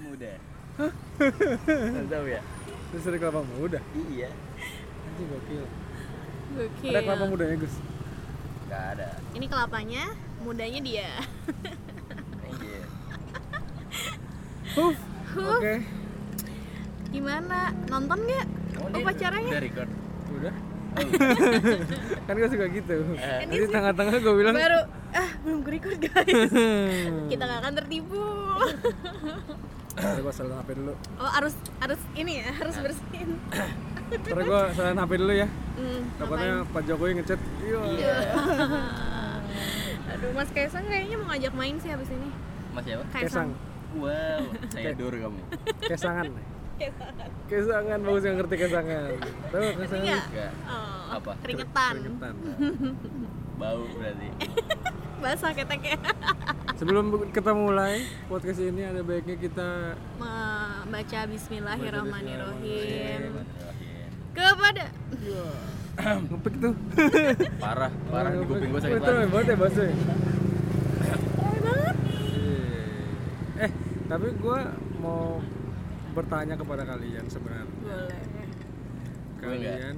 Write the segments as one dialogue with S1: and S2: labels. S1: muda. Nggak tahu ya?
S2: Terus dari kelapa muda.
S1: Iya.
S2: Anjing gokil.
S3: Gokil.
S2: Ada kelapa mudanya, Gus.
S1: Nggak ada.
S3: ya. Ini kelapanya, mudanya dia.
S1: Iya.
S2: Huh.
S3: Huh.
S2: Oke.
S3: Gimana? Nonton nggak?
S1: Emang
S3: Oh,
S1: dia
S3: pacarannya?
S1: Udah record.
S2: Udah. kan gue suka gitu.
S1: Eh.
S2: Jadi tengah-tengah gue bilang
S3: Baru, ah belum record guys. Kita nggak akan tertipu.
S2: Ntar gue selain HP dulu.
S3: Oh harus harus ini ya, harus bersihin.
S2: Ntar gue selain HP dulu ya.
S3: Hmm,
S2: Takutnya
S3: ngapain?
S2: Pak Jokowi ngechat. Iya.
S3: Aduh, Mas Kaisang kayaknya mau ngajak main sih habis ini.
S1: Mas siapa?
S2: Kesang.
S3: Kaisang.
S1: Wow, saya dur kamu.
S2: Kesangan. Kesangan bagus yang ngerti kesangan. Tahu kesangan?
S3: Enggak.
S1: Enggak.
S3: Oh,
S1: Apa?
S3: Keringetan.
S2: Keringetan.
S1: Bau berarti.
S3: Basah keteknya.
S2: Sebelum kita mulai podcast ini ada baiknya kita
S3: Membaca Bismillahirrahmanirrahim.
S1: Bismillahirrahmanirrahim.
S3: Kepada
S2: ngepik tuh.
S1: Parah, parah di kuping gua sakit
S2: Itu
S1: banget.
S2: banget ya bahasa ya?
S3: Keren banget.
S2: Eh, tapi gue mau bertanya kepada kalian sebenarnya.
S3: Boleh.
S1: Gua enggak.
S2: Kalian,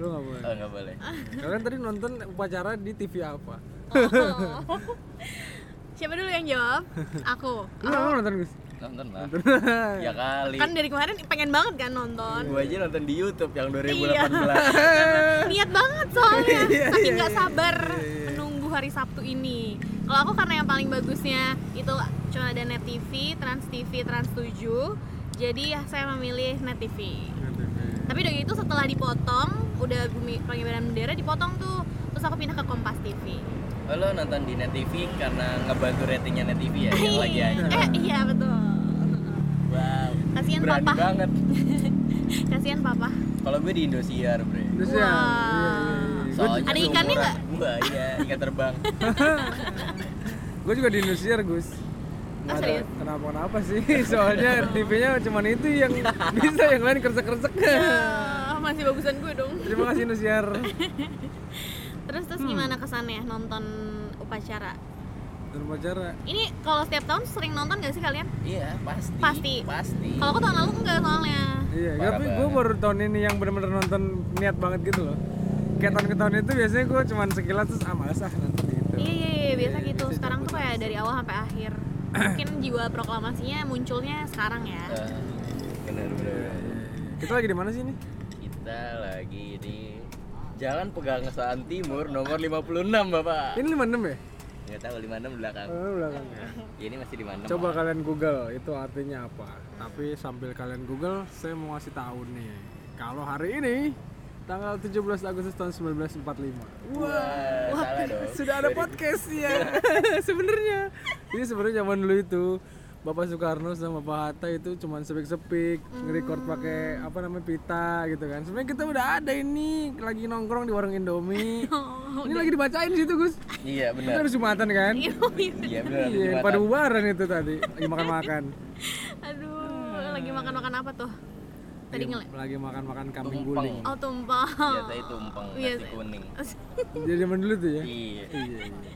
S2: lu nggak boleh.
S1: Oh, enggak boleh.
S2: Kalian tadi nonton upacara di TV apa?
S3: Oh. Siapa dulu yang jawab? Aku.
S2: Lu nggak mau nonton Gus?
S1: Nonton lah.
S2: Nonton.
S1: Ya kali.
S3: Kan dari kemarin pengen banget kan nonton. Iya.
S1: Gua aja nonton di YouTube yang 2018. Iya.
S3: Niat banget soalnya. Saking nggak sabar menunggu hari Sabtu ini. Kalau aku karena yang paling bagusnya itu cuma ada Net TV, Trans TV, Trans 7. Jadi ya saya memilih Net TV. Tapi udah gitu setelah dipotong, udah bumi pengibaran bendera dipotong tuh. Terus aku pindah ke Kompas TV.
S1: Oh, lo nonton di Net TV karena ngebantu ratingnya Net TV ya yang lagi aja.
S3: eh iya betul.
S1: Wow.
S3: Kasihan
S1: Berani
S3: papa.
S1: banget.
S3: Kasihan papa.
S1: Kalau gue di Indosiar, Bre.
S2: Terus ya.
S3: Wah.
S1: Soalnya
S3: Ada ikannya
S1: seumuran Gua iya, ikan terbang.
S2: Gue juga di Indosiar Gus. Nggak
S3: Ah,
S2: ada
S3: serius?
S2: kenapa-kenapa sih soalnya RTV-nya cuman itu yang bisa yang lain kersek-kersek
S3: Ah, masih bagusan gue dong.
S2: terima kasih Indosiar
S3: Terus
S1: Hmm.
S3: terus gimana kesannya nonton upacara?
S2: dan upacara
S3: Ini kalau setiap tahun sering nonton gak sih kalian?
S1: Iya, pasti.
S3: Pasti.
S1: Pasti.
S3: Kalau aku tahun lalu enggak soalnya.
S2: Iya,
S1: Parah
S2: tapi gue
S1: banget.
S2: baru tahun ini yang bener-bener nonton niat banget gitu loh. Kayak tahun ke tahun itu biasanya gue cuman sekilas terus ah males ah nonton gitu.
S3: Iya iya iya biasa
S2: Iya,
S3: gitu.
S2: biasa
S3: Sekarang
S2: jemput
S3: tuh kayak
S2: langsung.
S3: dari awal sampai akhir. Mungkin jiwa proklamasinya munculnya sekarang ya.
S1: Eh, bener, bener.
S2: Kita lagi di mana sih ini?
S1: Kita lagi di Jalan Pegangsaan Timur nomor 56, Bapak.
S2: Ini 56 ya?
S3: Iya.
S1: Enggak tahu 56 belakang.
S2: Oh, belakangnya.
S1: Ya, ini masih 56.
S2: Coba kalian Google itu artinya apa. Tapi sambil kalian Google, saya mau ngasih tahu nih. Kalau hari ini tanggal 17 Agustus tahun 1945.
S1: Wah, salah dong.
S2: Sudah ada podcast ya. sebenarnya. Jadi sebenarnya zaman dulu itu Bapak Soekarno sama Bapak Hatta itu cuman sepik-sepik ngerekord pakai apa namanya pita gitu kan. Sebenarnya kita udah ada ini lagi nongkrong di warung Indomie. ini lagi dibacain di situ, Gus.
S1: Iya, benar.
S2: Kita harus Jumatan kan?
S1: Iya, benar. ada
S2: Iya,
S1: jembatan.
S2: pada bubaran itu tadi lagi makan-makan.
S3: Aduh, lagi makan-makan apa tuh? Tadi ngeliat.
S2: Iya, lagi makan-makan kambing
S1: Tumpeng.
S2: guling.
S3: Oh tumpah.
S1: Biasa Iya, itu tumpeng
S3: Iya,
S1: nasi kuning.
S2: Jadi zaman dulu tuh ya.
S1: Iya.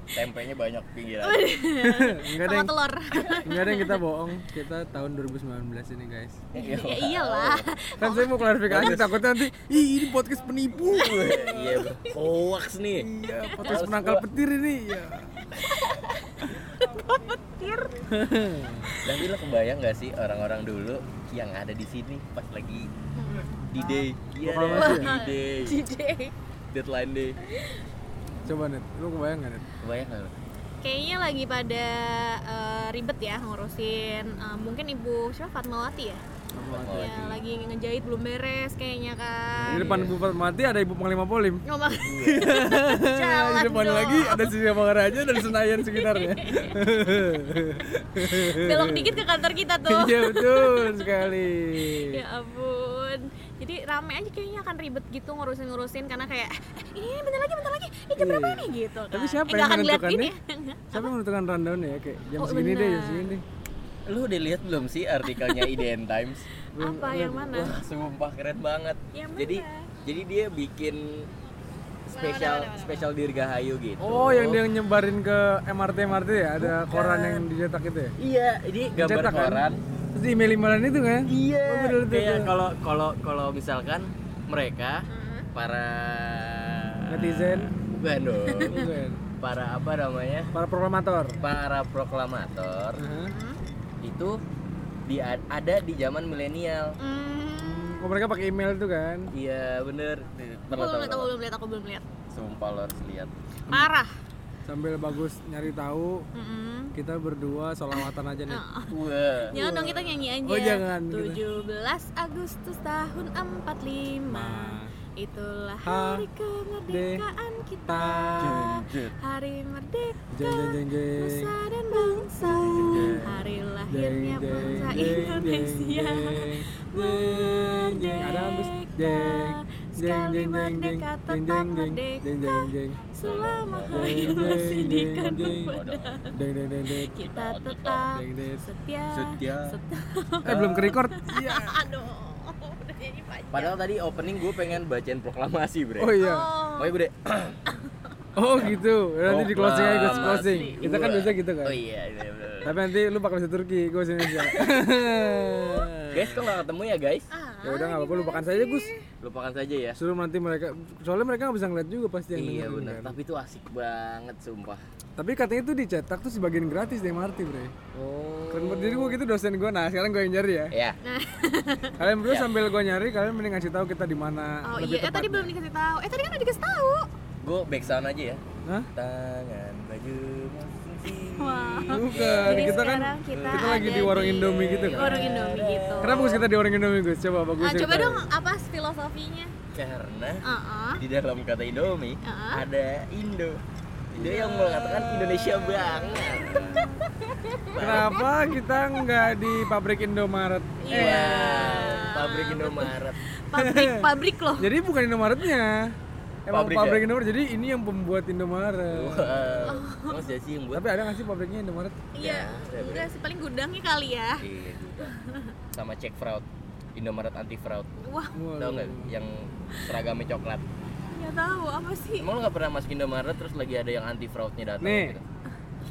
S1: Tempenya banyak pinggiran.
S2: Enggak ada
S3: Sama
S2: yang
S3: telur.
S2: enggak ada yang kita bohong. Kita tahun 2019 ini, guys.
S1: Iya.
S3: ya iyalah.
S2: Kan saya mau klarifikasi takutnya nanti ih ini podcast penipu.
S1: Iya, Bro. hoax nih.
S2: Iya, podcast penangkal petir ini. Ya.
S1: Tapi lo kebayang gak sih orang-orang dulu yang ada di sini pas lagi di day, iya
S2: Proklamasi
S1: deh, di day,
S3: Jide.
S1: deadline day.
S2: Coba net, lu kebayang nggak net?
S1: Kebayang gak lo?
S3: Kayaknya lagi pada eh, ribet ya ngurusin eh, mungkin ibu siapa Fatmawati ya?
S1: Fatmawati. Iya.
S3: Ya lagi ngejahit belum beres kayaknya kan.
S2: Di depan Ibu Fatmawati ada Ibu Panglima Polim.
S3: Ngomong
S2: Di
S3: jalan
S2: depan
S3: dong.
S2: lagi ada Sisi Raja dan Senayan sekitarnya.
S3: Belok dikit ke kantor kita tuh.
S2: Iya betul Iya, sekali.
S3: ya ampun. Jadi rame aja kayaknya akan ribet gitu ngurusin-ngurusin karena kayak "Eh, ini bentar lagi bentar lagi. Ini jam berapa nih gitu kan.
S2: Iya. Tapi siapa
S3: Eh,
S2: yang ya?
S3: nggak akan ngeliat
S2: menentukannya?
S3: ini.
S2: Siapa yang menentukan rundown ya kayak jam
S3: Oh,
S2: segini deh, jam
S3: benar.
S2: segini.
S1: Lu udah lihat belum sih artikelnya IDN Times?
S3: Apa yang mana?
S1: Wah, sumpah keren banget.
S2: Ya,
S3: Yang
S1: jadi
S3: mana?
S1: jadi dia bikin spesial spesial dirgahayu gitu.
S2: Oh, yang dia nyebarin ke MRT MRT ya, ada koran yang dicetak itu ya.
S1: Iya, ini gambar
S2: Dicetak, kan?
S1: koran,
S2: Terus di email emailan itu kan?
S1: Iya.
S2: Oh, bener tuh,
S1: Kayak
S2: tuh.
S1: kalau kalau kalau misalkan mereka para
S2: Netizen.
S1: bukan dong.
S2: Bukan.
S1: para apa namanya?
S2: kan. Para proklamator.
S1: Para proklamator
S2: Heeh.
S1: itu di ada di zaman milenial.
S3: Hmm.
S2: Kok mereka pakai email itu kan?
S1: Iya bener.
S3: Aku belum lihat, aku belum lihat, aku belum lihat.
S1: Sumpah lo harus lihat.
S3: Parah.
S2: Sambil bagus nyari tahu,
S3: Mm-mm.
S2: kita berdua solawatan aja nih.
S1: Oh. Wah.
S3: Jangan dong kita nyanyi aja.
S2: Oh, jangan, gitu.
S3: 17 Agustus tahun 45.
S2: Nah.
S3: Itulah
S2: Ha-
S3: hari kemerdekaan kita.
S1: Jen, jen.
S3: Hari merdeka
S2: Jeng jeng jeng jeng.
S3: nusa dan bangsa. Hari lahirnya
S2: Jeng, jeng,
S3: bangsa
S2: jeng, jeng,
S3: Indonesia.
S2: jeng, jeng, jeng. Ada habis.
S3: Merdeka.
S2: Jeng jeng
S3: Sekali
S2: jeng jeng jeng
S3: merdeka
S2: jeng
S3: tetap
S2: jeng jeng
S3: merdeka.
S2: jeng jeng jeng.
S3: Selama
S2: Jeng,
S3: hayat
S2: jeng,
S3: masih
S2: jeng,
S3: dikandung
S2: jeng.
S3: pada
S2: Deng deng deng deng.
S3: kita tetap
S2: Deng, deng.
S3: setia
S1: Setia.
S2: Eh belum ke record. Iya.
S3: aduh udah jadi panjang
S1: Padahal tadi opening gue pengen bacain proklamasi bre.
S2: Oh iya.
S3: oh,
S1: Makanya gue deh
S2: Oh gitu. Nanti di closing aja gue
S3: Oh,
S1: Proklamasi.
S2: closing. Kita kan biasa gitu kan.
S1: Oh iya, iya, iya.
S2: Tapi nanti lu bakal bisa Turki, gue sini aja.
S1: Guys, kalau nggak ketemu ya guys,
S2: ya udah nggak apa-apa, lupakan saja Gus.
S1: lupakan saja ya.
S2: Suruh nanti mereka, soalnya mereka nggak bisa ngeliat juga pasti yang
S1: Iya
S2: dengerin,
S1: benar,
S2: kan.
S1: tapi itu asik banget sumpah.
S2: Tapi katanya itu dicetak tuh sebagian gratis deh Marti bre.
S1: Oh.
S2: Keren banget, jadi gue gitu dosen gue. Nah sekarang gue yang nyari ya.
S1: Ya.
S2: Kalian berdua
S1: Iya.
S2: sambil gue nyari, kalian mending ngasih tahu kita di mana.
S3: oh
S2: lebih
S3: iya eh tadi
S2: tepatnya.
S3: belum dikasih tahu eh tadi kan udah dikasih tahu
S1: Gue back sound aja ya.
S3: eh,
S2: Hah?
S1: Tangan baju
S3: Wah.
S2: Bukan,
S3: Jadi
S2: kita kan
S3: sekarang kita
S2: kita lagi
S3: ada
S2: di warung
S3: di-
S2: Indomie gitu kan.
S3: warung Indomie gitu
S2: Kenapa Gus kita di warung Indomie Gus? Coba bagus.
S3: Ah, coba dong apa filosofinya Uh-uh.
S1: Karena
S3: Heeh.
S1: di dalam kata Indomie ada Indo. Indo yang mengatakan Indonesia banget.
S2: Kenapa kita nggak di pabrik Indomaret?
S1: Iya. Pabrik Indomaret.
S3: pabrik pabrik loh
S2: Jadi bukan Indomaretnya. Emang
S1: Pabrik
S2: pabrik,
S1: ya?
S2: Indomaret. Jadi ini yang pembuat Indomaret.
S1: Wah. Mas Jasi yang buat.
S2: Tapi ada nggak sih pabriknya Indomaret?
S3: iya
S2: Ya,
S3: enggak sih paling gudangnya kali ya
S1: Iya, juga. Sama cek fraud. Indomaret anti fraud.
S3: wah
S1: Tahu
S2: Waduh.
S1: nggak yang seragamnya coklat?
S2: Iya.
S3: nggak tahu apa sih
S1: Emang lo gak pernah masuk Indomaret terus lagi ada yang anti fraudnya datang
S2: Nih.
S1: gitu.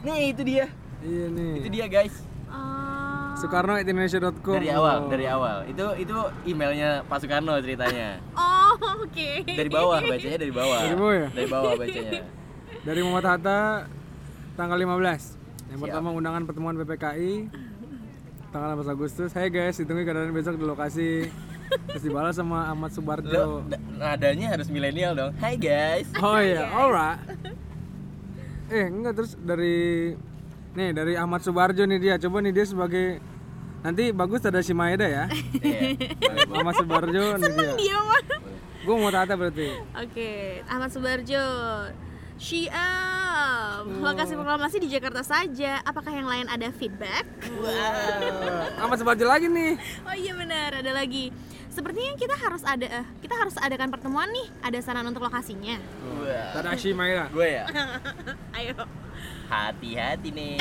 S1: Nih itu dia,
S2: Iya nih.
S1: itu dia guys.
S3: Ah,
S2: Soekarno@indonesia.com.
S1: Dari awal, dari awal. Itu itu emailnya Pak Soekarno ceritanya.
S3: oh oke
S1: Dari bawah bacanya dari bawah.
S2: Dari bawah ya?
S1: Dari bawah bacanya.
S2: Dari Muhammad Hatta tanggal 15. Yang pertama undangan pertemuan PPKI tanggal 18 Agustus. Hai guys, ditunggu keadaan besok di lokasi. Terus dibalas sama
S1: Lo
S2: Ahmad Subarjo.
S1: da- nadanya harus milenial dong. Hai guys.
S2: Oh iya, alright. Eh enggak terus dari nih dari Ahmad Subarjo nih dia. Coba nih dia sebagai nanti bagus ada si Maeda ya.
S1: Iya.
S2: Ahmad Subarjo nih dia.
S3: dia mah
S2: Gue mau tata berarti.
S3: Iya, Oke, Ahmad Subarjo. Siap. Lokasi proklamasi di Jakarta saja. Apakah yang lain ada feedback?
S2: Ahmad Subarjo lagi nih.
S3: Oh iya benar, ada lagi. Sepertinya kita harus ada eh, kita harus adakan pertemuan nih. Ada saran untuk lokasinya.
S1: Wah.
S2: Tadashi Maeda.
S1: Gue ya.
S3: Ayo.
S1: Hati-hati nih.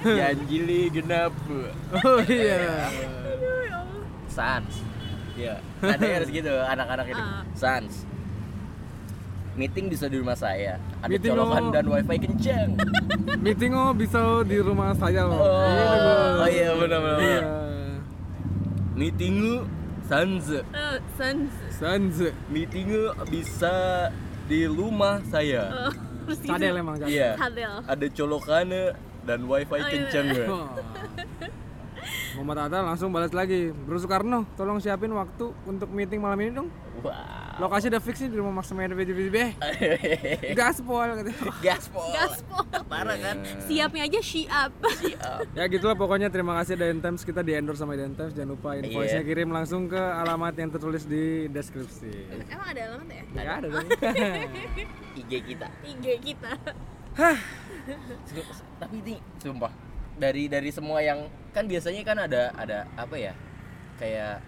S1: Janjili genap.
S2: Oh iya.
S1: Sans. Ya, ada yang harus gitu anak-anak ini.
S3: Ah.
S1: Sans. Meeting bisa di rumah saya. Ada
S2: Meeting
S1: colokan
S2: lo.
S1: dan wifi kencang.
S2: Meeting oh bisa di rumah saya loh.
S1: Oh, oh iya benar benar.
S2: Iya.
S1: benar. Meeting lu Sans.
S3: Eh, sans.
S2: Sanze.
S1: Meeting lu bisa di rumah saya.
S3: Terus gitu.
S2: Cadel emang cadel.
S1: Iya.
S3: Cadel.
S1: Ada colokan dan wifi kencang.
S2: Oh, Oh. Muhammad Hatta langsung balas lagi. Bro Soekarno, tolong siapin waktu untuk meeting malam ini dong.
S1: Wah.
S2: Lokasi udah fix nih di rumah Max Maeda BBB. Gaspol katanya.
S1: Gaspol.
S3: Gaspol.
S1: Parah kan?
S3: Siapnya aja siap.
S1: Iya,
S2: Ya gitulah pokoknya terima kasih Iden Times kita di endorse sama Iden Times jangan lupa invoice-nya kirim langsung ke alamat yang tertulis di deskripsi.
S3: Emang ada alamat ya?
S2: Gak ada dong.
S1: IG kita.
S3: IG kita.
S1: Su- tapi ini sumpah dari dari semua yang kan biasanya kan ada ada apa ya kayak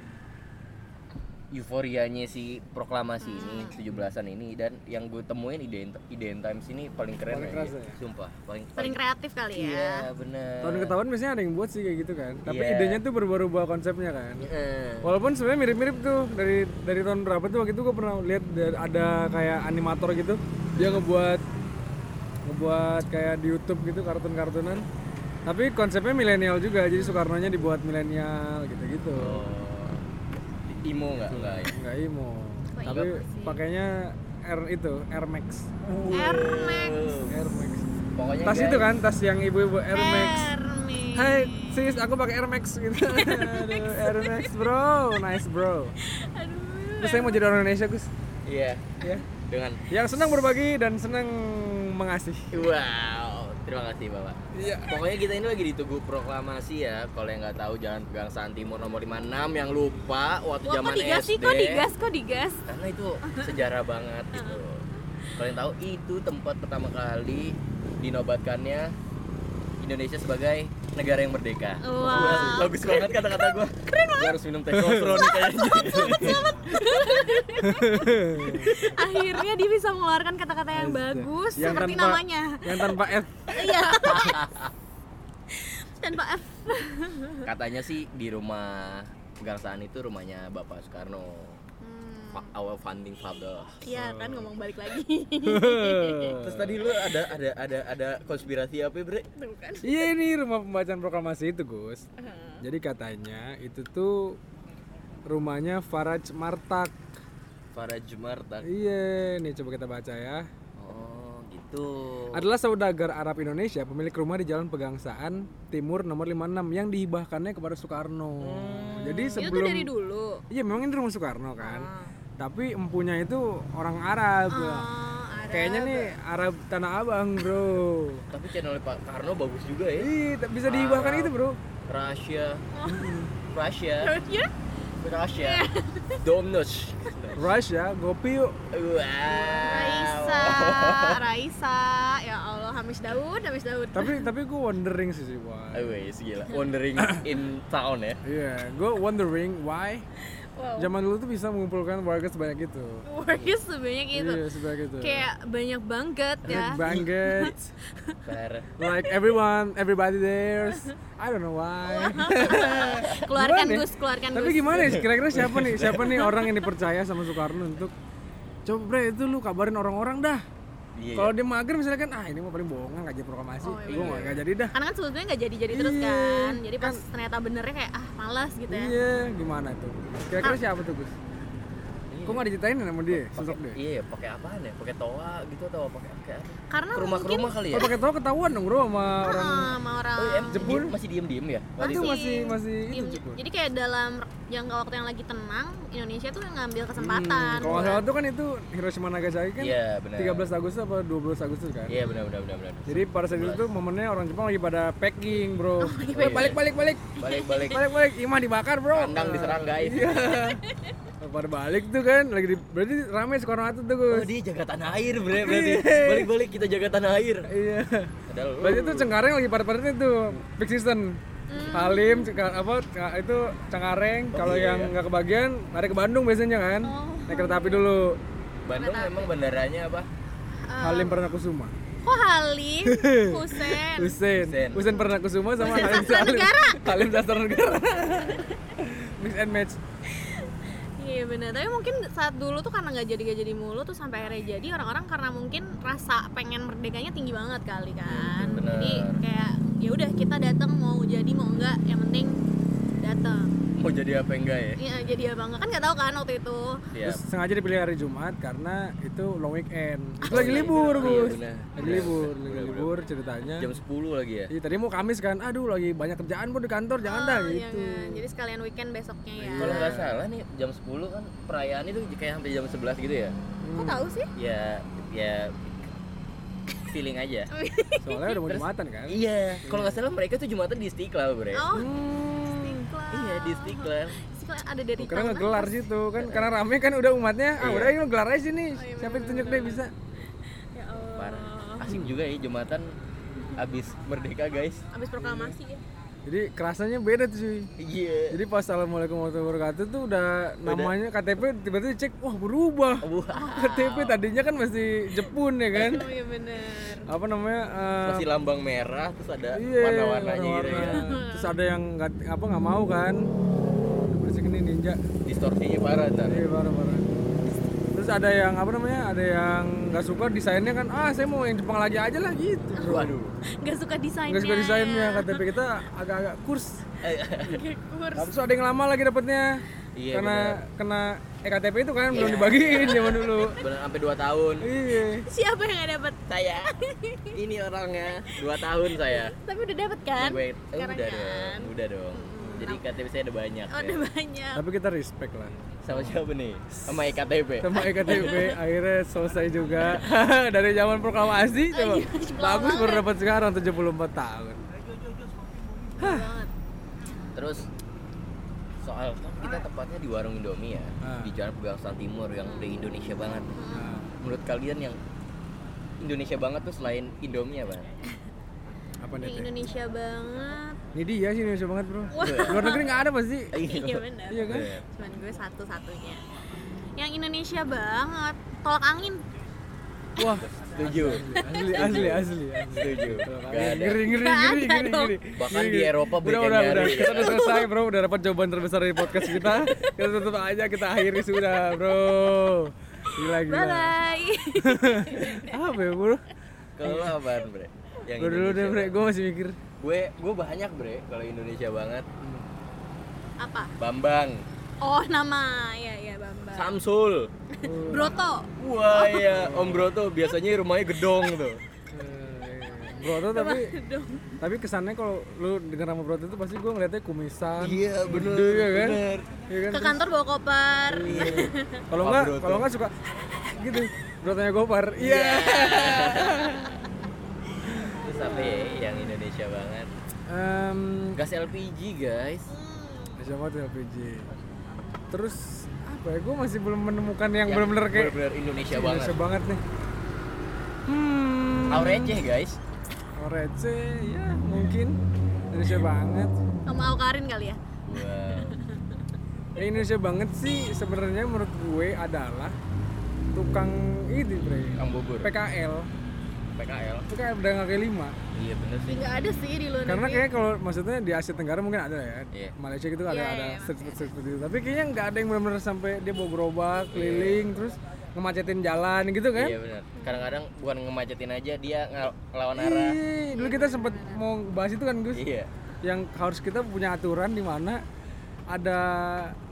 S1: euforianya si proklamasi
S3: Hmm.
S1: ini 17-an ini dan yang gue temuin ide ide times ini paling keren
S2: Paling
S1: aja.
S2: kerasa ya?
S1: sumpah paling
S3: Paling kreatif kali ya.
S1: iya bener
S2: Tahun ke tahun biasanya ada yang buat sih kayak gitu kan. Tapi
S1: Iya.
S2: idenya tuh berubah-ubah konsepnya kan.
S1: Eh,
S2: Walaupun sebenarnya mirip-mirip tuh dari dari tahun berapa tuh waktu itu gue pernah lihat da- ada kayak animator gitu dia ngebuat ngebuat kayak di YouTube gitu kartun-kartunan Tapi konsepnya milenial juga, jadi Soekarnonya dibuat milenial gitu-gitu.
S1: Oh. Imo nggak nggak ya?
S2: Nggak imo.
S3: Kok
S2: Tapi
S3: imo sih?
S2: pakainya R itu, Air Max.
S3: Air Max.
S2: Air Max.
S1: Pokoknya
S2: Tas
S1: guys,
S2: itu kan, tas yang ibu-ibu Air Max.
S3: Hermes.
S2: Hai, sis, aku pakai Air Max gitu. Aduh, Air Max, bro. Nice, bro.
S3: Aduh.
S2: Terus saya mau jadi orang Indonesia, Gus.
S1: Iya.
S2: Ya.
S1: Dengan
S2: Yang senang berbagi dan senang mengasihi.
S1: wow. Terima kasih bapak.
S2: Iya.
S1: Pokoknya kita ini lagi di Tugu Proklamasi ya. Kalau yang nggak tahu Jalan Pegangsaan Timur nomor 56 yang lupa waktu
S3: Wah,
S1: zaman
S3: kok digas
S1: SD.
S3: sih? Kok digas? Kok digas?
S1: Karena itu sejarah banget gitu. Kalau yang tahu itu tempat pertama kali dinobatkannya Indonesia sebagai negara yang merdeka.
S3: Wow.
S1: Wah, Bagus banget kata-kata gua. Gua harus minum teh kosro nih kayaknya.
S3: Akhirnya dia bisa mengeluarkan kata-kata yang bagus seperti
S2: Iya, tanpa-
S3: namanya.
S2: Yang tanpa F.
S3: Iya. Tanpa F.
S1: Katanya sih di rumah Pegangsaan itu rumahnya Bapak Soekarno.
S3: Hmm,
S1: Fa- Our funding father.
S2: Oh.
S3: Iya kan ngomong balik lagi.
S1: Terus tadi lu ada ada ada ada konspirasi apa, Bre?
S3: Tuh kan.
S2: Iya ini rumah pembacaan proklamasi itu Gus.
S3: Uh-huh.
S2: Jadi katanya itu tuh rumahnya Faraj Martak.
S1: Para
S3: Uh.
S1: Jumarta.
S2: Iya, nih coba kita baca ya.
S1: Oh, gitu.
S2: Adalah saudagar Arab Indonesia pemilik rumah di Jalan Pegangsaan Timur nomor 56 yang dihibahkannya kepada Soekarno. Jadi
S3: Hmm. Itu tuh
S2: sebelum
S3: dari dulu. Ah.
S2: Iya, memang ini rumah Soekarno kan. Tapi empunya itu orang Arab.
S3: Oh, ada.
S2: Kayaknya nih Arab Tanah Abang, Bro.
S1: Tapi channelnya Pak Karno bagus juga ya.
S2: Ih, tak bisa dihibahkan
S1: Arab.
S2: itu, Bro.
S1: Rusia. Rusia.
S3: Ya,
S1: Rusia.
S3: Iya.
S1: Domnus.
S2: Rusia, Gopi ya, yuk.
S3: Raisa,
S1: Wow.
S3: Raisa, ya Allah, Hamis Daud, Hamis Daud.
S2: tapi tapi gue wondering sih sih why
S1: Wes gila, wandering in town ya.
S2: iya gue wondering why
S3: Wow.
S2: zaman dulu tuh bisa mengumpulkan warga sebanyak itu
S3: Worknya sebanyak itu.
S2: iya sebanyak itu
S3: Gitu. Kayak banyak banget ya.
S2: banget
S1: Parah.
S2: like everyone everybody there I don't know why Gimana
S3: keluarkan
S2: ya?
S3: Gus, keluarkan
S2: tapi
S3: Gus.
S2: gimana sih kira-kira siapa nih siapa nih orang yang dipercaya sama Soekarno untuk coba bre itu lu kabarin orang-orang dah
S1: Iya.
S2: kalau dia mager misalnya kan ah ini mah paling bohongan gak jadi proklamasi
S3: Oh,
S2: gue gak, gak jadi dah
S3: Karena kan sebetulnya nggak jadi-jadi terus
S2: Iya,
S3: kan. Jadi pas ternyata benernya kayak ah malas gitu ya. Ah.
S2: iya gimana tuh kira-kira siapa tuh Gus kok gak diceritain sama dia sosok dia
S1: Iya, pakai apaan ya? Pakai toa gitu atau pakai pakai apa?
S3: Karena
S1: Ke rumah ke
S3: mungkin
S1: rumah kali ya.
S2: Kalau pakai tahu ketahuan dong bro sama orang
S3: ah, sama orang
S1: Oh, iya,
S2: Oh, iya. Jebul.
S1: masih diem-diem ya? Waktu
S2: itu
S1: itu?
S2: masih masih itu
S3: diem-
S2: cukup.
S3: jadi kayak dalam jangka waktu yang lagi tenang, Indonesia tuh ngambil kesempatan.
S2: Kalau nggak salah tuh kan itu Hiroshima Nagasaki kan
S1: Iya, benar.
S2: 13 Agustus apa 12 Agustus kan.
S1: Iya, benar benar benar benar.
S2: Jadi pada saat itu tuh momennya orang Jepang lagi pada packing
S3: Oh,
S2: bro.
S1: packing.
S2: Eh, balik balik balik
S1: Balik-balik.
S2: balik balik imah dibakar bro.
S1: Kandang diserang, guys.
S2: Iya. pada balik tuh kan lagi di, berarti rame sekarang itu tuh
S1: Oh,
S2: Gus.
S1: dia jaga tanah air, Bre. Berarti
S2: Iya.
S1: balik-balik kita jaga tanah air.
S2: Iya.
S1: Padahal lu-
S2: Berarti itu Cengkareng lagi pada pada itu peak season.
S3: Hmm.
S2: Halim, Cengka- apa Cengka- itu Cengkareng.
S1: Oh,
S2: Kalau
S1: iya,
S2: yang nggak kebagian, lari ke Bandung biasanya kan.
S3: Oh.
S2: Naik kereta api dulu.
S1: Bandung memang bandaranya apa?
S3: Ah.
S2: Halim Pernakusuma.
S3: Kok Halim, Husen,
S2: Husein.
S1: Husein.
S2: Husein Pernakusuma sama Halim Salim. Halim Dasar Negara. Mix and match.
S3: Iya benar. Tapi mungkin saat dulu tuh karena nggak jadi nggak jadi mulu tuh sampai akhirnya jadi orang-orang karena mungkin rasa pengen merdekanya tinggi banget kali kan.
S2: Hmm,
S1: bener.
S3: Jadi kayak ya udah kita datang mau jadi mau enggak yang penting datang.
S1: Mau jadi apa enggak ya?
S3: Iya jadi apa enggak kan nggak tahu kan waktu itu.
S1: Iya.
S2: Terus sengaja dipilih hari Jumat karena itu long weekend. Itu lagi libur,
S1: Iya,
S2: Gus.
S1: benar.
S2: Lagi libur, lagi libur ceritanya.
S1: Jam 10 lagi ya.
S2: Iya, tadi mau Kamis kan. Aduh, lagi banyak kerjaan bro di kantor, jangan dah
S3: Iya
S2: gitu.
S3: kan? Jadi sekalian weekend besoknya
S2: Iya.
S3: ya.
S1: Kalau nggak salah nih jam 10 kan perayaan itu kayak sampai jam 11 gitu ya.
S2: Hmm.
S3: Kok tahu sih?
S1: Ya ya feeling aja.
S2: Soalnya udah mau Jumatan kan.
S1: Iya, kalau nggak salah mereka tuh Jumatan di Istiqlal, Bre.
S3: Oh,
S2: Hmm.
S3: Istiqlal.
S1: Iya, di Istiqlal.
S3: Istiqlal ada dari
S2: Karena
S3: tangan.
S2: ngegelar situ kan, karena rame kan udah umatnya. Ah, udah ini gelar aja sini. Siapa yang tunjuk deh bisa.
S3: Ya Allah.
S1: Parah. Asik juga ya Jumatan abis merdeka, guys.
S3: Abis proklamasi ya.
S2: Jadi kerasanya beda tuh cuy.
S1: Iya.
S2: Jadi pas assalamualaikum warahmatullahi wabarakatuh tuh udah namanya KTP tiba-tiba cek, wah berubah.
S1: Wah,
S2: KTP tadinya kan masih Jepun ya kan.
S3: Oh iya bener.
S2: Apa namanya? eh,
S1: masih lambang merah terus ada
S2: Iya,
S1: warna-warnanya gitu
S2: warna-warna.
S1: ya.
S2: Terus ada yang nggak apa nggak mau kan? Bersihkan nih ninja.
S1: Distorsinya parah ntar.
S2: Iya parah parah. terus ada yang apa namanya ada yang nggak suka desainnya kan ah saya mau yang Jepang lagi aja lah gitu bro
S1: Waduh.
S3: nggak suka desainnya
S2: nggak suka desainnya KTP kita agak-agak kurs
S3: Nggak kurs.
S2: Habis itu ada yang lama lagi dapatnya
S1: Iya,
S2: karena kena EKTP itu kan belum dibagiin zaman dulu
S1: Bener sampai 2 tahun.
S2: iya
S3: siapa yang nggak dapet
S1: Saya ini orangnya 2 tahun saya.
S3: tapi udah dapet kan
S1: Wait, eh,
S3: Sekarang
S1: udah
S3: kan.
S1: dong, udah dong. Jadi KTP saya ada banyak.
S3: oh,
S1: ya.
S2: Iya.
S3: udah banyak
S2: tapi kita respect lah
S1: Sama siapa nih? Sama EKTP.
S2: sama E EKTP akhirnya selesai juga dari zaman proklamasi coba
S3: Iya, cepat
S2: bagus baru
S3: banget.
S2: dapat sekarang 74 tahun
S3: banget
S1: Terus soal kan kita tempatnya di warung Indomie ya,
S2: Ah.
S1: di Jalan Pegangsaan Timur yang udah Indonesia banget.
S2: Nah,
S1: Menurut kalian yang Indonesia banget tuh selain Indomie apa?
S2: apa nih
S3: di
S2: Teh?
S3: Indonesia banget
S2: ini dia sih Indonesia banget bro
S3: Wah.
S2: luar negeri nggak ada pasti
S3: iya benar
S2: iya kan
S3: cuman gue satu satunya yang Indonesia banget tolak angin
S2: wah
S1: Setuju.
S2: asli asli asli, asli.
S1: Setuju. Gak ada.
S2: Ngeri, ngeri,
S3: Nggak
S2: ngeri,
S3: ada
S2: ngeri,
S3: dong.
S2: ngeri.
S1: Bahkan
S2: Ngeri,
S1: di
S2: ngeri.
S1: Eropa
S2: udah,
S1: banyak
S2: udah,
S1: yang
S2: udah.
S1: nyari.
S2: Kita udah selesai, bro. Udah dapat jawaban terbesar dari podcast kita. Kita tutup aja, kita akhiri sudah, bro. Gila, gila.
S3: bye bye
S2: Apa ya, bro?
S1: Kalau lo apaan, Bre? Yang
S2: Gue dulu deh,
S1: Indonesia
S2: bre.
S1: banget.
S2: Gue masih
S3: Eh,
S2: mikir.
S1: Gue gue banyak, Bre. Kalau Indonesia banget,
S3: apa
S1: Bambang,
S3: oh nama ya ya Bambang
S1: Samsul.
S3: Broto
S1: Wah, iya, Om Bro tuh biasanya rumahnya gedong tuh.
S2: Eh, Broto tapi tapi kesannya kalau lu denger nama Broto itu pasti gue ngeliatnya kumisan.
S1: Iya, bener,
S2: Gede, ya kan?
S1: bener.
S2: Iya kan?
S3: ke kantor bawa koper
S2: Kalau
S1: Pak
S2: enggak,
S1: Broto.
S2: kalau enggak suka gitu. Brotonya gopar. Iya.
S1: Terus apa ya yang Indonesia banget?
S2: Em,
S1: Gas LPG, guys.
S2: Indonesia banget ya, PJ. Terus apa ya? Gue masih belum menemukan yang benar-benar kayak
S1: bener-bener Indonesia,
S2: Indonesia
S1: banget.
S2: banget nih. Hmm.
S1: Aurece guys.
S2: Orece, ya mungkin Indonesia banget.
S3: sama Aukarin kali ya
S1: Wow.
S2: Yang Indonesia banget sih sebenarnya menurut gue adalah tukang ini bre.
S1: Kang Bogor.
S2: PKL.
S1: PKL.
S2: PKL udah kaki lima.
S1: Iya, bener sih.
S3: nggak ada sih di luar
S2: Karena
S3: negeri
S2: kayaknya kalau maksudnya di Asia Tenggara mungkin ada ya.
S1: Iya.
S2: Malaysia gitu ada
S3: Iya,
S2: ada
S3: iya,
S2: street street itu. Tapi kayaknya nggak ada yang benar-benar sampai dia bawa gerobak keliling terus ngemacetin jalan gitu kan.
S1: Iya, bener. Kadang-kadang bukan ngemacetin aja, dia ngel- ngelawan arah.
S2: Ih, dulu kita sempet mau bahas itu kan Gus.
S1: Iya.
S2: Yang harus kita punya aturan di mana ada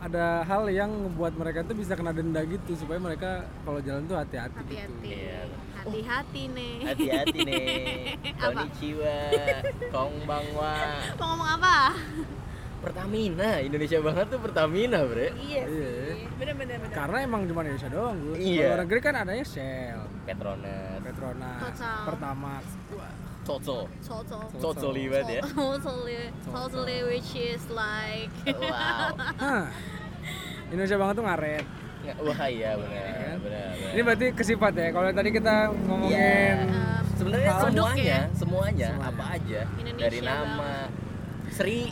S2: ada hal yang membuat mereka tuh bisa kena denda gitu supaya mereka kalau jalan tuh hati-hati gitu.
S3: hati-hati hati-hati nih
S1: Hati-hati nih. Konnichiwa. Konbanwa.
S3: mau ngomong apa
S1: Pertamina. Indonesia banget tuh Pertamina, Bre.
S3: iya
S2: Iya.
S3: bener-bener
S2: Karena emang cuma Indonesia doang Gus.
S1: Iya.
S2: Kalau luar negeri kan adanya Shell,
S1: Petronas.
S2: Petronas,
S3: Total.
S2: Pertamax.
S1: Cocol.
S3: Soto
S1: Cocol liwat ya.
S3: Totally, totally, which is like
S1: Wow.
S2: Hah. Indonesia banget tuh ngaret.
S1: Nggak- Wah, iya benar, benar. benar.
S2: Ini berarti kesifat ya. Kalau tadi kita
S1: Iya.
S2: ngomongin
S3: um,
S1: Sebenarnya
S3: Produk
S1: semuanya, semuanya apa aja
S3: Indonesia
S1: dari nama Sri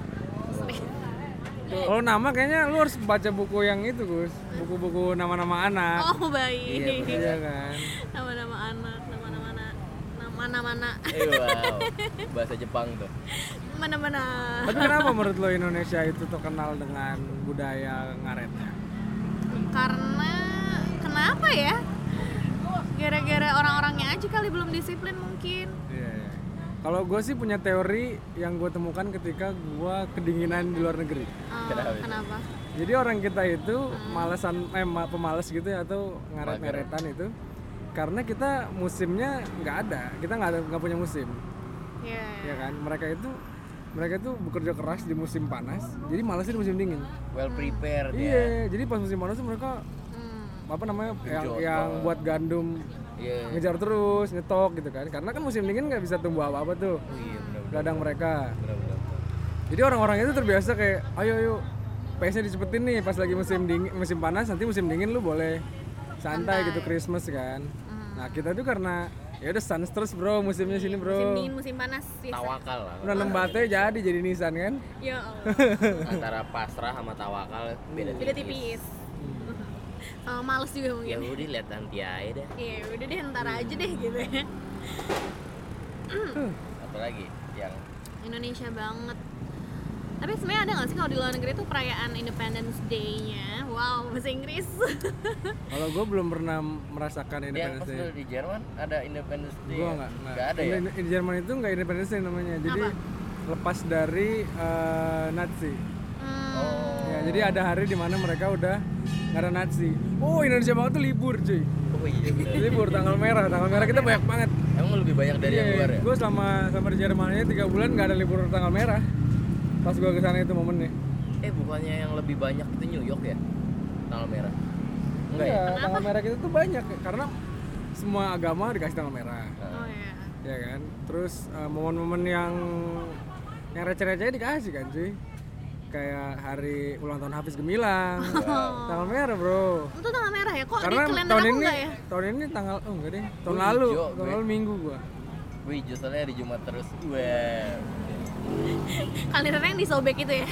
S2: kalau nama kayaknya lu harus baca buku yang itu Gus, buku-buku nama-nama anak.
S3: oh baik
S2: Ah. Iya kan.
S3: nama-nama anak nama-nama anak nama-nama anak
S1: eh, wow. bahasa Jepang tuh.
S3: nama-nama anak.
S2: Tapi kenapa menurut lo Indonesia itu terkenal dengan budaya ngaretnya?
S3: karena kenapa ya gara-gara orang-orangnya aja kali belum disiplin mungkin
S2: Iya. iya. Kalau gue sih punya teori yang gue temukan ketika gue kedinginan di luar negeri.
S3: Eh, kenapa
S2: Jadi orang kita itu malasan eh ma- pemalas gitu ya atau ngaret-ngaretan itu karena kita musimnya nggak ada, kita nggak ada nggak punya musim,
S3: ya
S2: ya kan? Mereka itu mereka itu bekerja keras di musim panas, jadi malasnya di musim dingin.
S1: Well prepared ya.
S2: Iya, jadi pas musim panas tuh mereka
S3: hmm,
S2: apa namanya yang,
S1: Jodoh.
S2: yang buat gandum
S1: Iya.
S2: ngejar terus, nyetok gitu kan? Karena kan musim dingin nggak bisa tumbuh apa-apa tuh,
S1: Iya, benar.
S2: gadang mereka.
S1: Benar, benar.
S2: Jadi orang-orang itu terbiasa kayak, ayo ayo, PS-nya dicepetin nih pas lagi musim dingin, musim panas, nanti musim dingin lu boleh santai gitu Christmas kan. Nah kita tuh karena ya udah suns terus bro musimnya sini
S3: musim
S2: bro.
S3: dingin musim panas ya,
S1: Tawakal lah.
S2: Menanam baterai jadi jadi nisan kan.
S3: ya Allah
S1: Antara pasrah sama tawakal beda
S3: beda
S1: tipis.
S3: tipis
S1: Hmm.
S3: Eh, males juga
S1: Ya
S3: mungkin
S2: Gitu.
S1: udah lihat nanti aja dah.
S3: ya udah deh ntar
S1: Hmm.
S3: aja deh gitu ya
S1: Apalagi yang
S3: Indonesia banget Tapi sebenarnya ada nggak sih kalau di luar negeri tuh perayaan Independence Day-nya? Wow, bahasa Inggris.
S2: Kalau gue belum pernah merasakan
S1: Yang
S2: Independence
S1: pas
S2: Day.
S1: dulu di Jerman ada Independence Day.
S2: Gue
S1: ya?
S2: nggak. nggak.
S1: Nggak ada ya.
S2: Di- Di Jerman itu nggak Independence Day namanya. Jadi
S3: Apa?
S2: lepas dari eh, Nazi.
S3: Hmm,
S1: Oh.
S2: Ya, jadi ada hari di mana mereka udah nggak ada Nazi. Oh Indonesia banget tuh libur cuy.
S1: Oh iya bener.
S2: Libur tanggal merah. Tanggal merah kita banyak banget.
S1: Emang lebih banyak dari yang luar ya?
S2: Gue selama sama di Jerman ini tiga bulan nggak ada libur tanggal merah. Pas gue kesana itu momennya.
S1: Eh bukannya yang lebih banyak itu New York ya? Tanggal merah. Enggak ya?
S2: Iya, tanggal merah kita tuh banyak karena semua agama dikasih tanggal merah.
S3: Oh ya.
S2: ya kan terus eh, momen-momen yang yang receh-recehnya dikasih kan cuy kayak hari ulang tahun Hafiz Gemilang tanggal merah bro
S3: Itu tanggal merah ya? Kok
S2: karena
S3: di kalender
S2: tahun
S3: aku
S2: ini
S3: nggak ya?
S2: tahun ini tanggal oh enggak deh tahun
S1: Gua
S2: lalu
S1: hijau,
S2: tahun
S1: gue.
S2: lalu minggu gua
S1: Wih, justru hari Jumat terus. Wah.
S3: Kalendernya yang disobek itu ya?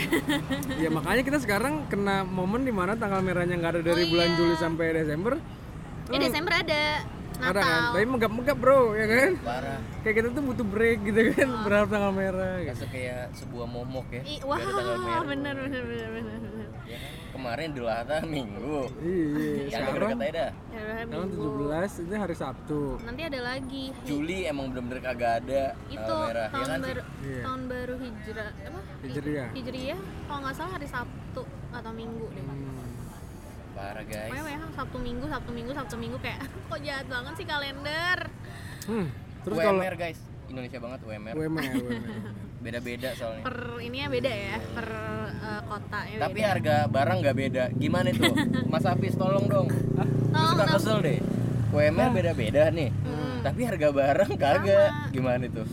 S2: ya makanya kita sekarang kena momen dimana tanggal merahnya nggak ada dari bulan Juli sampai Desember
S1: Hmm.
S3: eh Desember ada.
S2: ada
S3: Natal.
S2: kan tapi megap-megap bro ya kan
S1: Parah.
S2: kayak kita tuh butuh break gitu kan berharap tanggal merah gitu.
S1: Masuk kayak sebuah momok ya.
S3: Ih,
S1: Nggak
S3: wah,
S1: ada tanggal merah.
S3: bener, bener, bener, bener, bener.
S1: Ya kan? Kemarin di Lahata minggu.
S2: iya iya.
S1: Yang deket-deket aja dah.
S3: Ya,
S2: tanggal 17 itu hari Sabtu
S3: Nanti ada lagi.
S1: Juli emang bener-bener kagak ada
S3: Itu
S1: tanggal merah. Ya
S3: tahun
S1: kan?
S3: baru
S2: Iya.
S3: tahun baru hijrah apa?
S2: Hijriah
S1: Iya.
S3: Hijriah kalau nggak salah hari Sabtu atau Minggu deh.
S2: Hmm.
S1: Parah guys.
S3: Pokoknya banyak Sabtu Minggu, Sabtu Minggu, Sabtu Minggu kayak kok jahat banget sih kalender.
S2: Hmm, terus kalau
S1: WMR guys. Indonesia banget WMR.
S2: WMR, WMR.
S1: Beda-beda soalnya.
S3: Per ini ya beda ya, per eh, kota ya
S1: Iya. Tapi
S3: beda.
S1: harga barang nggak beda. Gimana tuh? Mas Hafiz tolong dong.
S3: Oh,
S1: Gue suka kesel deh. WMR beda-beda nih.
S3: Hmm.
S1: Tapi harga barang kagak. Gimana tuh?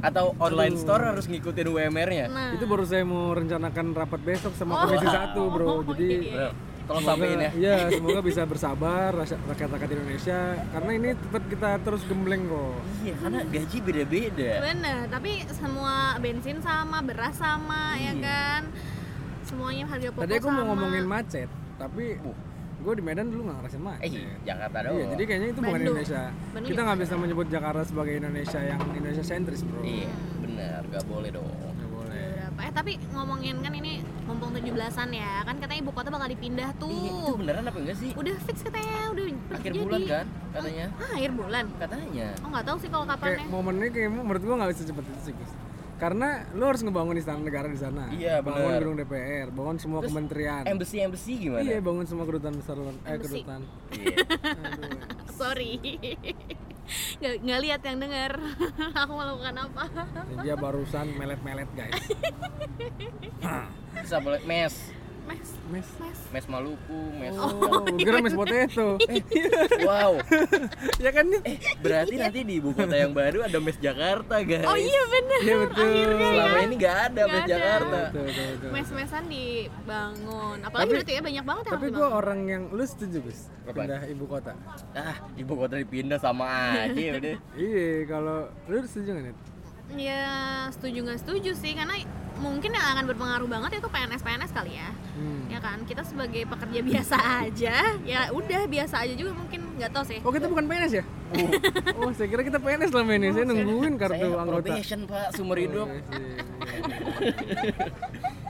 S1: Atau online store harus ngikutin WMR-nya?
S3: Nah,
S2: Itu baru saya mau rencanakan rapat besok sama komisi satu bro. Jadi
S3: iya.
S1: Bro, tolong sampein iya. ya.
S2: ya semoga bisa bersabar rasy- rakyat-rakyat Indonesia karena ini tetap kita terus gembleng kok.
S1: Iya, karena gaji beda-beda.
S3: bener. Tapi semua bensin sama, beras sama,
S1: Iya.
S3: ya kan. Semuanya harga pokok
S2: Tadi aku mau
S3: sama.
S2: ngomongin macet, tapi gue di Medan dulu nggak ngerasain macet.
S1: Eh, Jakarta dong.
S2: Iya, jadi kayaknya itu bukan Indonesia.
S3: Bandung ya?
S2: Kita nggak bisa menyebut Jakarta sebagai Indonesia yang Indonesia sentris bro.
S1: Iya, benar, gak boleh dong.
S2: Nggak boleh.
S3: Berapa? Eh tapi ngomongin kan ini mumpung 17-an ya, kan katanya ibu kota bakal dipindah
S1: Iya, itu
S3: tuh.
S1: beneran apa enggak sih?
S3: Udah fix katanya, udah
S1: Akhir
S3: jadi.
S1: bulan kan katanya. Iya.
S3: Ah, akhir bulan.
S1: Katanya.
S3: Oh, nggak tahu sih kalau
S2: Kayak
S3: kapannya.
S2: momennya kayak menurut gua nggak bisa cepet itu sih Gus. Karena lu harus ngebangun istana negara di sana.
S1: Iya,
S2: Bangun
S1: bener.
S2: gedung DPR, bangun semua kementerian.
S3: Kan.
S1: Embassy-embassy gimana?
S2: Iya, bangun semua kedutaan besar luar eh
S3: Embassy.
S2: kedutaan.
S1: Iya.
S3: Sorry. nggak nggak lihat yang dengar. Aku melakukan apa?
S2: Dan Dia barusan melet-melet, guys.
S1: Bisa boleh mes,
S3: Mes,
S2: Mes.
S3: mes.
S1: mes Maluku, mes.
S2: Oh, kira mes potato. Eh,
S1: Wow. Eh,
S2: ya kan nih.
S1: Berarti nanti di ibu kota yang baru ada mes Jakarta, guys.
S3: Oh iya bener.
S2: Iya betul.
S1: Selama ini gak ada
S3: Nggak
S1: mes
S3: ada.
S1: Jakarta.
S2: Betul, betul, betul.
S3: Mes-mesan dibangun. Apalagi
S2: Tapi-
S3: berarti ya banyak banget yang
S2: Tapi
S3: harus
S2: gua orang yang lu setuju, Gus?
S1: Apaan?
S2: Pindah ibu kota.
S1: Ah, ibu kota dipindah sama aja udah.
S2: Iya, kalau lu setuju nggak nih?
S3: dibangun. Ya setuju nggak setuju sih karena mungkin yang akan berpengaruh banget itu PNS PNS kali ya.
S2: Hmm.
S3: Ya kan kita sebagai pekerja biasa aja ya udah biasa aja juga mungkin nggak tahu sih.
S2: Oh, kita bukan PNS ya? Oh, saya kira kita PNS selama ini. Saya nungguin kartu
S1: Saya Iya,
S2: anggota. Oh, iya.
S1: probation, Pak, sumber hidup.